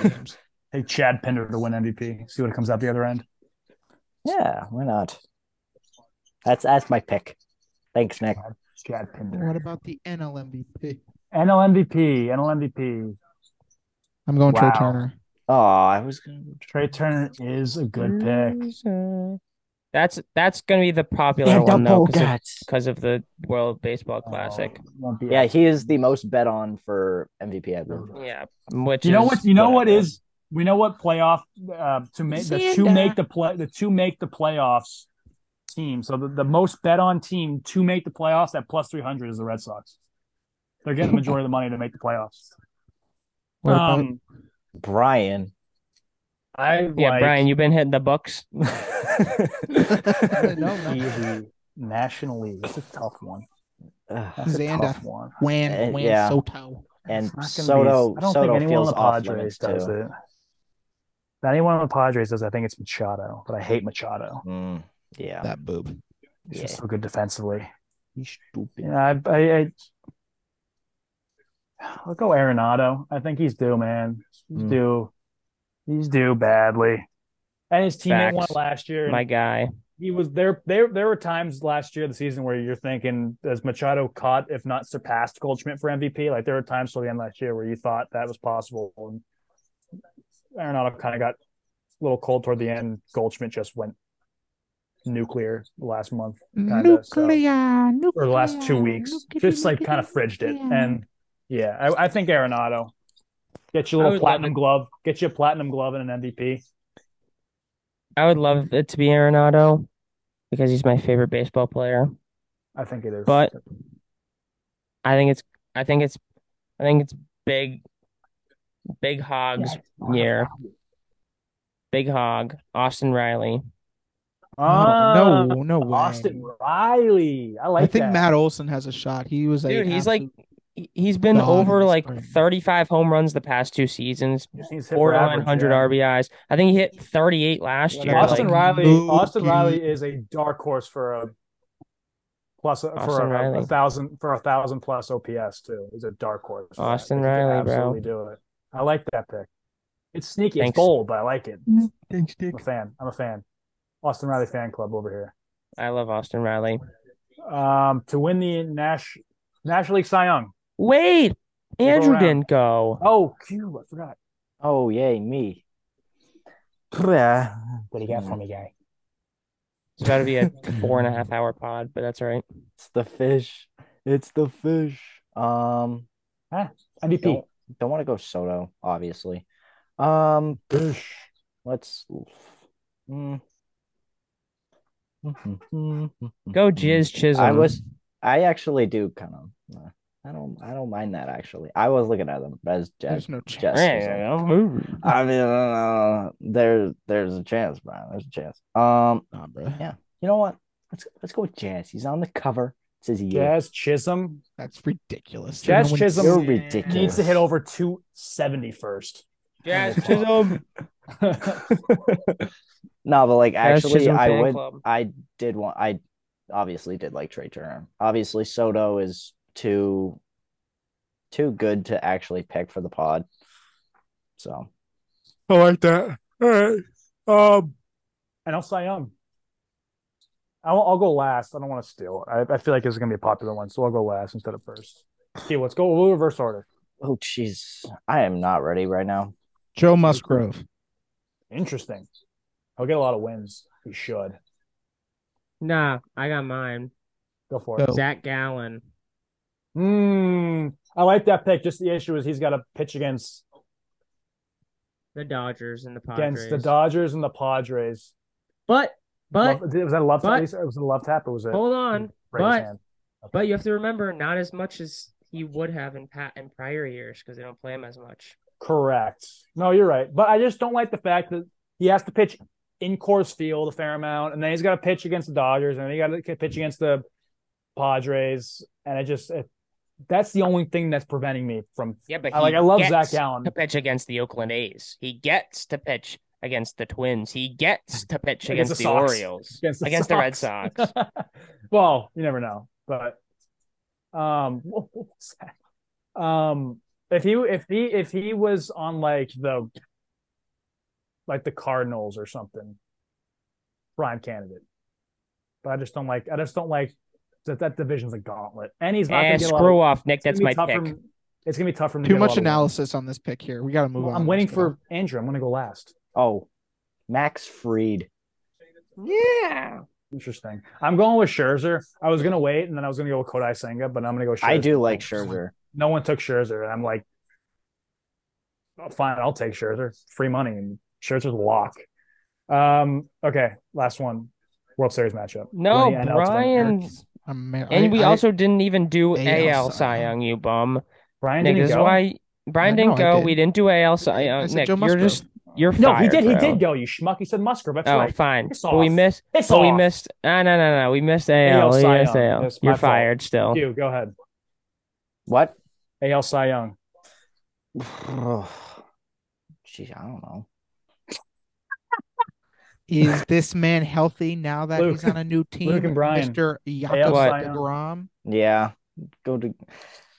S4: games.
S3: Take Chad Pinder to win MVP. See what comes out the other end.
S2: Yeah, why not? That's that's my pick. Thanks, Nick.
S3: Chad Pinder.
S4: What about the NL MVP?
S3: NL MVP. NL MVP.
S4: I'm going Trey
S3: Wow.
S4: Turner.
S2: Oh, I was gonna go
S3: Trey Turner is a good
S1: Mm.
S3: pick.
S1: That's that's gonna be the popular one though, because of, the World Baseball Classic.
S3: Oh, won't be
S2: Yeah,
S3: out.
S2: he is the most bet on for MVP ever.
S1: Yeah, which
S3: you know
S1: is
S3: what? You know what
S1: whatever.
S3: is? We know what playoff uh, to make the two
S1: Xander.
S3: make the play the two make the playoffs team. So the, the most bet on team to make the playoffs at plus three hundred is the Red Sox. They're getting the majority of the money to make the playoffs.
S4: What about- *laughs*
S3: Um,
S2: *laughs* Brian.
S3: I
S1: Yeah,
S3: like
S1: Brian, you've been hitting the books.
S4: no, no.
S3: *laughs* easy National League. It's a tough one.
S2: Ugh.
S3: That's a
S4: Xander.
S2: *laughs*
S3: tough one.
S4: Wan,
S2: Uh,
S4: Wan
S2: yeah.
S4: Soto.
S2: And
S3: It's not gonna be-
S2: Soto,
S3: I don't
S2: Soto
S3: think anyone
S2: feels
S3: on the
S2: off
S3: Padres
S2: limits
S3: does
S2: too.
S3: it. If anyone on the Padres does, I think it's Machado, but I hate Machado.
S2: Mm,
S3: *laughs*
S2: yeah,
S4: That boob.
S3: He's
S2: Yeah.
S3: just so good defensively.
S2: he's stupid.
S3: Yeah, I, I, I I'll go Arenado. I think he's due, man. He's
S2: Mm.
S3: due. He's due badly. And his teammate won
S1: Facts.
S3: last year. and
S1: My guy.
S3: he was there. There, there were times last year, of the season, where you're thinking, as Machado caught, if not surpassed Goldschmidt for MVP? Like there were times till the end last year where you thought that was possible, and Arenado kind of got a little cold toward the end. Goldschmidt just went nuclear the last month Kinda, so-
S4: nuclear, nuclear.
S3: or the last two weeks, just like kind of fridged it. And yeah, I, I think Arenado. Get you a
S1: I
S3: little
S1: would love
S3: platinum
S1: it.
S3: glove. Get you a platinum glove and an MVP.
S1: I would love it to be Arenado because he's my favorite baseball player.
S3: I think it is.
S1: But I think it's I think it's I think it's big big hogs year. Big hog, Austin Riley.
S4: no,
S3: Ah,
S4: no way.
S3: Austin Riley. I like
S4: I think
S3: that.
S4: Matt Olson has a shot. He was a
S1: Dude, he's
S4: absolute-
S1: He- He's been
S4: Dog
S1: over
S4: is
S1: like
S4: great.
S1: 35 home runs the past two seasons,
S3: Just needs to hit for
S1: borderline
S3: average,
S1: 100
S3: yeah.
S1: RBIs. I think he hit 38 last year.
S3: Austin
S1: like,
S4: like,
S3: Riley. Austin
S4: Mookie.
S3: Riley is a dark horse for a plus a, for
S1: Austin
S3: a- a,
S1: Riley.
S3: thousand for a thousand plus OPS too. He's a dark horse. for that.
S1: Austin
S3: He could
S1: Riley, bro.
S3: absolutely do it. I like that pick. It's sneaky.
S1: Thanks.
S3: It's bold, but I like it.
S4: Thanks, Dick.
S3: I'm a fan. I'm a fan. Austin Riley fan club over here.
S1: I love Austin Riley.
S3: um, to win the Nash National League Cy Young.
S1: Wait,
S3: go
S1: Andrew
S3: around.
S1: didn't go.
S3: Oh, Q, I forgot.
S2: Oh yay me!
S3: What do you
S2: Mm.
S3: got for me, guy?
S1: It's about to be a four and a half hour pod, but that's all right.
S2: It's the fish. It's the fish. Um,
S3: MVP.
S2: don't, don't want to go Soto, obviously. Um, let's. Mm. *laughs*
S1: Go Jizz Chisholm.
S2: I was. I actually do kind of. I don't. I don't mind that actually. I was looking at them as Jazz.
S4: There's no chance.
S2: Jazz Chisholm. I mean, uh, there, there's a chance, Brian. There's a chance. Um,
S4: Nah, bro.
S2: Yeah. you know what? Let's let's go with Jazz. He's on the cover. It says yeah.
S3: Jazz Chisholm
S4: That's ridiculous.
S3: Jazz
S4: Everyone-
S3: Chisholm
S2: You're ridiculous.
S3: needs to hit over 270 first.
S1: Jazz Chisholm.
S2: No, but like
S1: Jazz
S2: actually,
S1: Chisholm
S2: I
S1: fan
S2: would.
S1: club.
S2: I did want. I obviously did like Trey Turner. Obviously, Soto is too too good to actually pick for the pod. So
S4: I like that. All right. Um,
S3: *laughs* And I'll Cy Young. I'll, I'll go last. I don't want to steal. I, I feel like this is going to be a popular one, so I'll go last instead of first. Okay, let's go. We'll reverse order.
S2: oh jeez, I am not ready right now.
S4: Joe Musgrove.
S3: Interesting. I'll get a lot of wins. He should.
S1: Nah, I got mine.
S3: Go for it.
S4: Go.
S1: Zach Gallen.
S3: Hmm. I like that pick. Just the issue is he's got to pitch against
S1: The Dodgers and the Padres.
S3: against the Dodgers and the Padres.
S1: But but
S3: Love- was that a love
S1: but-
S3: tap? Was it a love tap or was it?
S1: hold on.
S3: raise his
S1: but-
S3: hand?
S1: But you have to remember, not as much as he would have in pat in prior years because they don't play him as much.
S3: Correct. No, you're right. But I just don't like the fact that he has to pitch in course field a fair amount, and then he's got to pitch against the Dodgers, and then he got to pitch against the Padres, and it just it, that's the only thing that's preventing me from.
S1: Yeah, but
S3: I, like I love Zach
S1: Gallen
S3: Allen.
S1: to pitch against the Oakland A's. He gets to pitch against the Twins. He gets to pitch
S3: Against
S1: against, the,
S3: the Sox. *laughs*
S1: Orioles. Against the Red Sox.
S3: well, you never know, but um, *laughs* what was that? um, if he if he if he was on like the like the Cardinals or something, prime candidate. But I just don't like I just don't like That, that division's a gauntlet, and he's not
S1: And
S3: gonna get a lot
S1: screw
S3: of,
S1: off, Nick.
S3: it's gonna
S1: That's
S3: be
S1: my
S3: tough for
S1: pick.
S3: him- it's gonna be tough for me.
S4: Too much analysis on this pick here. We got to move on.
S3: I'm waiting for Andrew. I'm gonna go last.
S2: Oh, Max Freed.
S1: Yeah.
S3: Interesting. I'm going with Scherzer. I was gonna wait, and then I was gonna go with Kodai Senga, but I'm gonna go. Scherzer.
S2: I do like Scherzer.
S3: No one took Scherzer, and I'm like, oh, fine, I'll take Scherzer. Free money, and Scherzer's a lock. Um. Okay, last one. World Series matchup.
S1: No,
S3: Lenny NL to the
S1: Brian.
S3: Mariners.
S1: And we also didn't even do
S4: AL
S1: AL
S4: Cy
S1: Cy Young, you bum.
S3: Brian
S1: Nick,
S3: didn't
S1: this is
S3: go.
S1: why Brian
S4: I know,
S1: didn't
S4: I
S1: go.
S4: did.
S1: We didn't do AL Cy
S4: I
S1: Young.
S4: said
S1: uh, Nick,
S4: Joe
S1: you're
S4: Musgrove.
S1: just you're
S3: No, he
S1: fired,
S3: did. He
S1: bro.
S3: did go. You schmuck. He said Musgrove. That's
S1: oh,
S3: right.
S1: fine.
S3: Piss
S1: But we
S3: off.
S1: missed.
S3: Piss
S1: But we
S3: off.
S1: missed. uh, No, no, no, no. We missed
S3: AL
S1: AL. We
S3: Cy
S1: missed
S3: Young.
S1: AL.
S3: That's my
S1: You're
S3: fault.
S1: fired still.
S3: You go ahead.
S2: What?
S3: AL Cy Young.
S2: Gee, I don't know.
S4: Is this man healthy now that
S3: Luke.
S4: he's on a new team?
S3: Luke and Brian.
S4: Mr.
S3: AL
S4: Jakob
S1: What?
S4: DeGrom.
S2: Yeah, go to.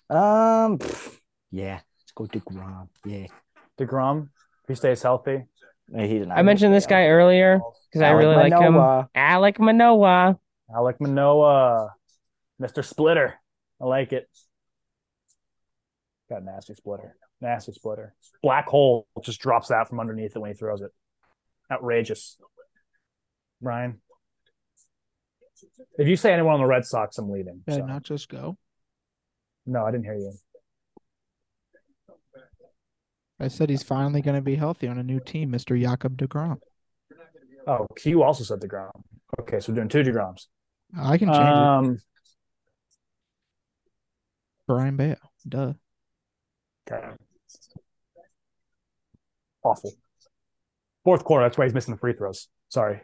S2: Um, pff, yeah, let's go to Grom. Yeah,
S3: Degrom. If he stays healthy.
S2: he did not
S1: I mentioned this guy earlier because I
S2: Alec
S1: really like him.
S2: Manoa.
S1: Alec Manoa.
S3: Alec Manoa, Mr. Splitter. I like it. Got a nasty splitter. Nasty splitter. Black hole just drops out from underneath it when he throws it. Outrageous. Brian. If you say anyone on the Red Sox, I'm leaving.
S4: Did
S3: so.
S4: I not just go?
S3: No, I didn't hear you.
S4: I said he's finally going to be healthy on a new team, Mr. Jakob DeGrom.
S3: Oh, Q also said DeGrom. Okay, so we're doing two DeGroms.
S4: I can change it.
S3: Um,
S4: Brian Bayo. Duh.
S3: okay. Awful. Fourth quarter, that's why he's missing the free throws. Sorry.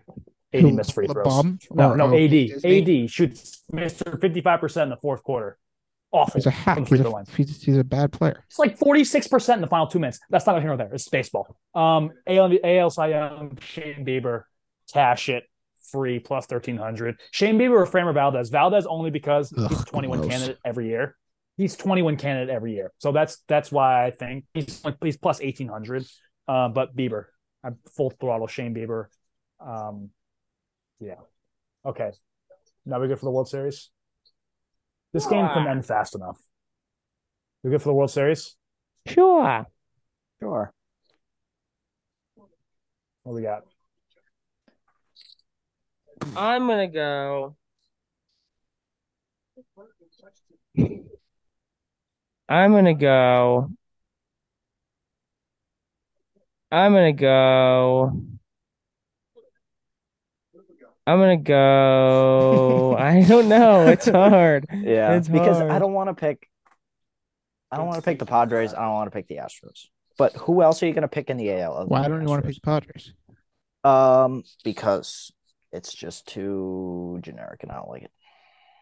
S3: 80
S4: Who,
S3: missed free
S4: the
S3: throws.
S4: Bum?
S3: No,
S4: Or-
S3: no,
S4: oh,
S3: AD.
S4: Disney?
S3: AD shoots Mr. 55% in the fourth quarter. Awful.
S4: He's a
S3: From
S4: hack.
S3: the
S4: He's
S3: free throw
S4: a,
S3: line.
S4: he's, he's a bad player.
S3: It's like 46% in the final two minutes. That's not a hero there. It's baseball. Um, AL, AL Cy Young, Shane Bieber, cash it, free, plus 1,300. Shane Bieber or Framer Valdez. Valdez only because he's
S4: Ugh,
S3: 21
S4: gross.
S3: candidate every year. He's 21 candidate every year. So that's that's why I think he's, he's plus 1,800. Uh, but Bieber, I'm full throttle Shane Bieber. Um, yeah. Okay. Now we're good for the World Series. This game can end fast enough. We good for the World Series?
S1: Sure.
S2: Sure.
S3: What we got?
S1: I'm gonna go. I'm gonna go. I'm gonna go. I'm gonna go. *laughs* I don't know. It's
S4: *laughs*
S1: hard.
S2: Yeah,
S1: It's
S2: because I
S1: hard.
S2: don't want to pick. I don't want to pick the Padres. I don't want to pick the Astros. But who else are you going to pick in the AL? other
S4: Why
S2: than
S4: don't you want to pick
S2: Astros?
S4: the Padres?
S2: Um, because it's just too generic, and I don't like it.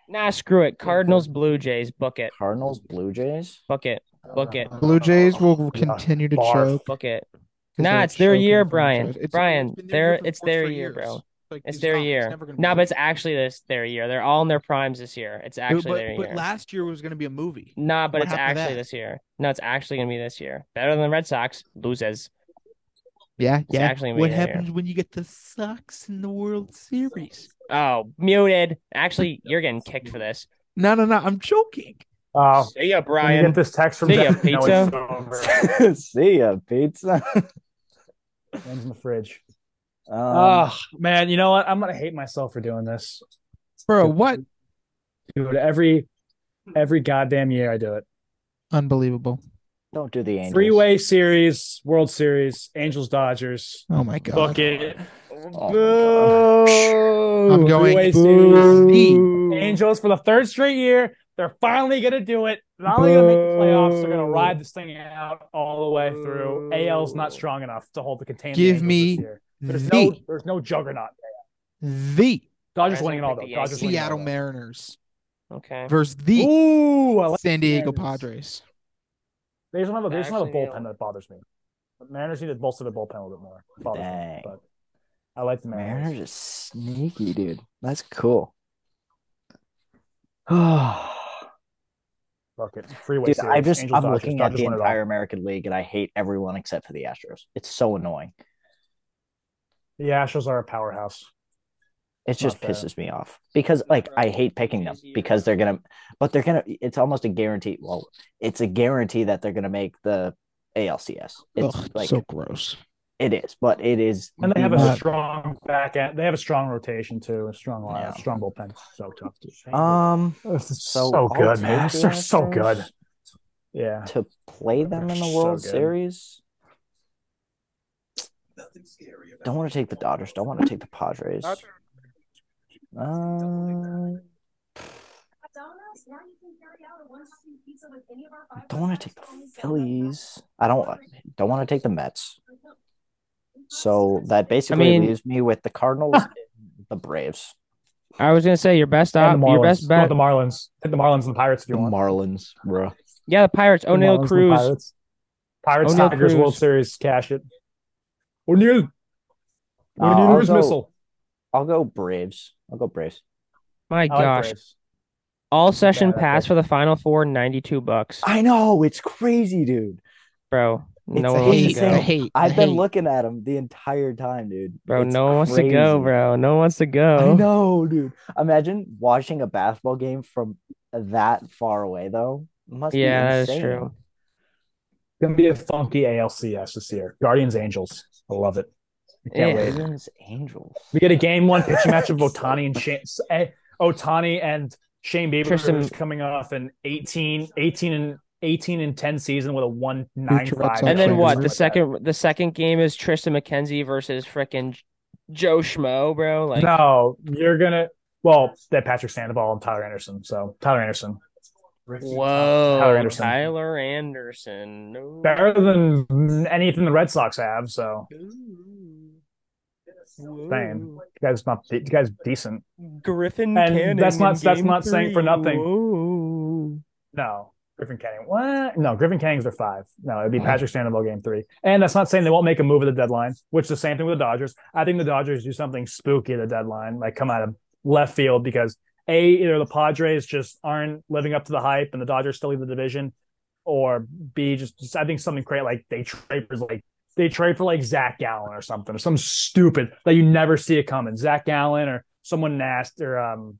S1: Nah, screw it. Cardinals, Blue Jays, book it,
S2: Cardinals, Blue Jays. *laughs*
S1: book it, book
S5: Uh,
S1: it,
S4: Blue Jays will continue to
S3: barf.
S4: choke. 'cause
S1: book it.
S4: they're
S1: Oh, Nah,
S4: a
S1: it's their
S4: choking
S1: year, Brian.
S4: franchise. It's-
S1: Brian,
S4: it's been
S1: their-
S4: year for
S1: it's
S4: four
S1: their
S4: straight
S1: year, bro.
S4: years. Like,
S1: It's
S4: he's
S1: their
S4: not- he's
S1: year.
S4: never gonna be
S1: No, but
S4: good.
S1: it's actually this their year. They're all in their primes this year. It's
S4: Dude,
S1: actually
S4: but,
S1: their
S4: but
S1: year.
S4: last year was going to be a movie.
S1: Nah, but
S4: What
S1: it's
S4: happened to
S1: actually
S4: that?
S1: this year. No, it's actually gonna be this year. Better than the Red Sox loses.
S4: Yeah, yeah.
S1: actually gonna be
S4: what
S1: that year.
S4: happens when you get the Sox in the World Series?
S1: Oh, muted. Actually, you're getting kicked for this.
S4: No, no, no. I'm joking.
S3: Uh,
S1: See ya,
S3: when you
S1: Brian.
S3: get this text from
S1: See ya,
S3: Jeff, you know
S1: pizza.
S3: it's over.
S2: See ya, pizza. *laughs*
S3: One's in the fridge.
S2: Um,
S4: Ah,
S3: Oh man, you know what? I'm gonna hate myself for doing this,
S4: Bro, what?
S3: dude. Every every goddamn year I do it.
S4: Unbelievable.
S2: don't do the Angels.
S3: Freeway Series, World Series, Angels, Dodgers.
S4: Oh my god.
S3: Book it.
S2: Oh
S4: I'm going
S3: Freeway
S4: Boo.
S3: Series. Angels for the third straight year. They're finally gonna do it. Not only gonna make the playoffs, they're gonna
S1: Boo.
S3: ride this thing out all the way through. AL's not strong enough to hold the container.
S4: Give me
S3: There's
S4: the,
S3: no there's no juggernaut.
S4: the
S3: Dodgers
S1: Guys,
S3: winning it
S1: I
S3: all
S1: picked
S3: though.
S1: the
S3: Dodgers winning it all,
S4: Seattle
S3: though.
S4: Mariners
S1: Okay.
S4: versus the
S3: Ooh, I like
S4: San Diego
S3: Mariners.
S4: Padres.
S3: They just don't have a, they just don't have a
S1: Actually,
S3: bullpen
S1: yeah.
S3: that bothers me. But Mariners need to bolster their bullpen a little bit more. It bothers me,
S2: Dang.
S3: but I like the Mariners.
S2: Mariners is sneaky, dude. That's
S4: *sighs*
S2: cool. *sighs* dude,
S3: Fuck it. Freeway series.
S2: I just
S3: Angels,
S2: I'm
S3: Dodgers.
S2: looking at
S3: Dodgers
S2: the
S3: win it all.
S2: entire American League and I hate everyone except for the Astros. It's so annoying.
S3: The Astros are a powerhouse.
S2: It just
S3: Not fair.
S2: pisses me off because like I hate picking them because they're gonna, but they're gonna. It's almost a guarantee. Well, it's a guarantee that they're gonna make the ALCS. It's
S4: Ugh,
S2: like
S4: so gross.
S2: it is, but it is.
S3: And they
S2: the
S3: have
S2: most-
S3: a
S4: Not-
S3: strong back end. They have a strong rotation too. A strong
S2: Yeah.
S3: lineup, strong bullpen. So tough to change.
S2: um
S3: This is
S2: so
S3: so,
S2: I'll
S3: good,
S2: take
S3: man. *laughs*
S2: the
S3: They're so good.
S2: Astros.
S3: Yeah.
S2: to play them in the
S3: So
S2: World
S3: good.
S2: Series. Don't want to take the Dodgers. Don't want to take the Padres. Uh, don't want to take the Phillies. I don't don't want to take the Mets. So that basically
S1: mean-
S2: leaves me with the Cardinals, and the Braves,
S1: I was gonna say your best op,
S3: And the
S1: your
S3: Marlins.
S1: best
S3: Well,
S1: bet.
S3: the Marlins. Hit the Marlins and the Pirates if you
S2: the
S3: want.
S2: Marlins, bro.
S1: yeah, the Pirates.
S3: The Marlins
S1: O'Neill
S3: and the
S1: Cruz.
S3: Pirates, Pirates
S1: O'Neal
S3: Tigers World
S1: Cruz.
S3: Series. Cash it. O'Neill.
S1: Oh,
S2: I'll
S3: O'Neill's
S2: go-
S3: missile.
S2: I'll go Braves. I'll go Braves.
S1: My
S3: I like
S1: gosh,
S3: Braves.
S1: all session
S3: Yeah, I
S1: pass
S3: think-
S1: for the final four, 92 bucks,
S2: I know it's crazy, dude.
S1: bro. No
S2: It's
S1: one
S2: a
S1: wants to
S4: Hate,
S2: insane.
S4: Oh, I
S1: go,
S4: hate. I
S2: I've been
S4: hate.
S2: looking at them the entire time, dude.
S1: bro.
S2: It's
S1: no one wants to go,
S2: crazy.
S1: bro. No one wants to
S2: I
S1: go.
S2: know, dude. Imagine watching a basketball game from that far away, though. Must
S1: Yeah,
S2: be
S1: that is
S2: insane.
S1: true.
S3: Gonna be a funky ALCS this year. Guardians Angels. I love it. I can't
S1: Yeah.
S3: wait.
S2: Ravens, Angels.
S3: We get a game one pitching match
S1: *laughs*
S3: of Otani and Shane, eh, Otani and Shane Bieber
S1: Tristan-
S3: who's coming off an 18, 18 and 18 and 10 season with a 195.
S1: And then
S4: Something
S1: what?
S4: like
S1: The second, the second game is Tristan McKenzie versus frickin' J- Joe Schmo, bro. Like,
S3: No, you're gonna well, that Patrick Sandoval and Tyler Anderson. So Tyler Anderson.
S1: whoa,
S3: Tyler Anderson.
S1: Tyler Anderson. No.
S3: Better than anything the Red Sox have, so Saying. you guys not you guys decent.
S1: Griffin
S3: And
S1: Canning
S3: that's not-
S1: in
S3: that's
S1: game
S3: not saying for
S1: three.
S3: nothing.
S1: Whoa.
S3: No. Griffin Canning. What? No, Griffin Canning's are five. No, it'd be Patrick Sandoval game three. And that's not saying they won't make a move at the deadline, which is the same thing with the Dodgers. I think the Dodgers do something spooky at the deadline, like come out of left field because A, either the Padres just aren't living up to the hype and the Dodgers still lead the division, or B, just, just I think something great like they trade for like they trade for like Zach Gallen or something, or some stupid that you never see it coming. Zach Gallen or someone nasty or um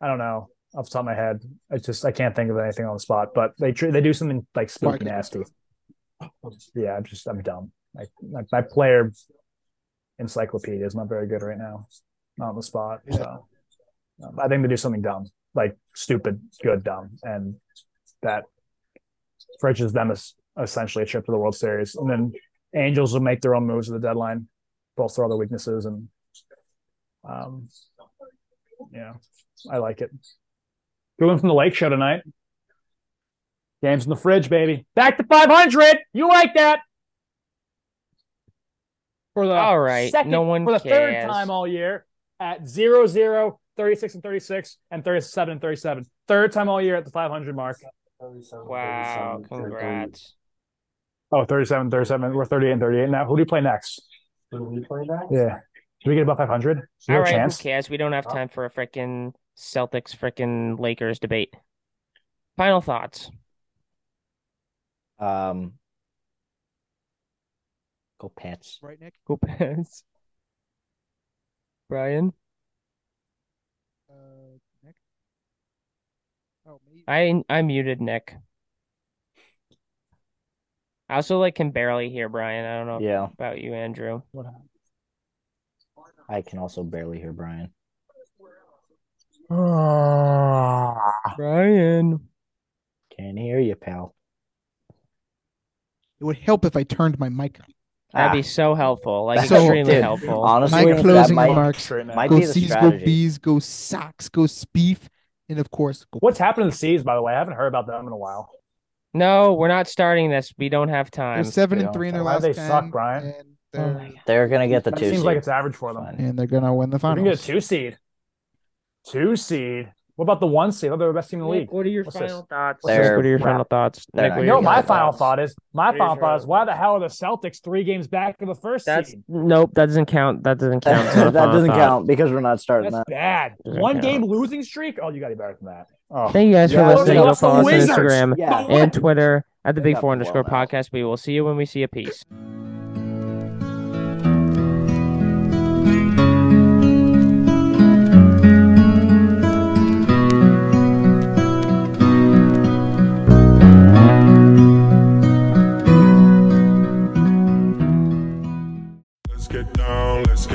S3: I don't know off the top of my head. I just I can't think of anything on the spot, but they tr- they do something like spooky
S4: Why-
S3: nasty. Yeah, I'm just I'm dumb. I, my, my player encyclopedia is not very good right now, not on the spot. So um, I think they do something dumb, like stupid, good, dumb, and that fridges them as essentially a trip to the World Series. And then Angels will make their own moves at the deadline, bolster all their weaknesses, and um, yeah, I like it. Good one from the Lake Show tonight. Games in the fridge, baby. Back to 500. You like that? For the
S1: All right,
S3: second-
S1: no one
S3: for the third
S1: cares.
S3: time all year at 0, 0, 36 and 36 and 37 and 37. Third time all year at the 500 mark.
S1: Wow, congrats.
S3: Oh, 37, 37. We're 38 and 38 now. Who do you play next? Yeah. Do we get above 500?
S1: All
S3: Zero
S1: right,
S3: chance.
S1: who cares? We don't have time for a freaking Celtics freaking Lakers debate. Final thoughts.
S2: Um, go Pats.
S4: Right, Nick.
S1: Who pants? Brian,
S4: Uh, Nick. Oh, me.
S1: I I muted Nick. I also like can barely hear Brian. I don't know
S2: Yeah,
S1: about you, Andrew.
S2: I can also barely hear Brian.
S1: Brian.
S2: Can't hear you, pal.
S4: It would help if I turned my mic. on.
S1: That'd
S2: Ah,
S1: be so helpful, like
S2: that's-
S4: So-
S1: extremely
S2: dude,
S1: helpful.
S2: Honestly,
S4: My
S2: that
S4: closing
S2: might-
S4: remarks.
S3: Straight, man.
S2: might
S4: Go
S2: be the
S4: C's, go
S2: strategy.
S4: B's, go Sox, go Spieth, and of course, go
S3: What's happened to the Seas, by the way? I haven't heard about them in a while.
S1: No, we're not starting this. We don't have
S4: They're
S1: time.
S4: seven
S2: they
S4: and
S2: don't
S4: three in their
S3: Why
S4: last
S3: do they
S4: ten.
S3: suck, Brian?
S4: And
S1: Oh
S4: they're,
S1: my God.
S2: They're gonna get the
S3: That
S2: two.
S3: seems like
S2: seed.
S3: it's average for them.
S2: Fine.
S4: and they're gonna win the
S3: We
S4: finals.
S3: can get a two seed. Two seed. What about the one seed? They're the best team in the league.
S1: Nick, what are your
S3: What's
S1: final
S3: this?
S1: thoughts?
S2: They're
S1: Nick, what are your final
S3: crap.
S1: thoughts?
S2: They're
S1: Nick,
S2: not
S1: what are
S3: You
S1: your
S3: know, what my
S1: final
S3: final
S1: thoughts?
S3: thought is my
S1: Here's
S3: final
S1: your-
S3: thought is why the hell are the Celtics three games back of the first
S1: That's
S3: seed?
S1: nope. That doesn't count. That doesn't
S2: *laughs*
S1: count. It's not a
S2: that
S1: final
S2: doesn't
S1: thought.
S2: count because we're not starting
S3: That's
S2: that.
S3: bad.
S1: Doesn't
S3: One
S1: count.
S3: game losing streak. Oh, you got to be better than that. Oh,
S1: Thank you guys for
S2: Yeah,
S1: listening.
S2: they
S1: You'll
S3: lost the
S1: follow us on
S3: Wizards.
S1: Instagram
S2: Yeah.
S1: and Twitter at the
S2: They
S1: Big
S2: got
S1: Four underscore
S2: blown out.
S1: podcast. We will see you when we see you. Peace.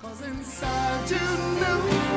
S6: Cause inside you know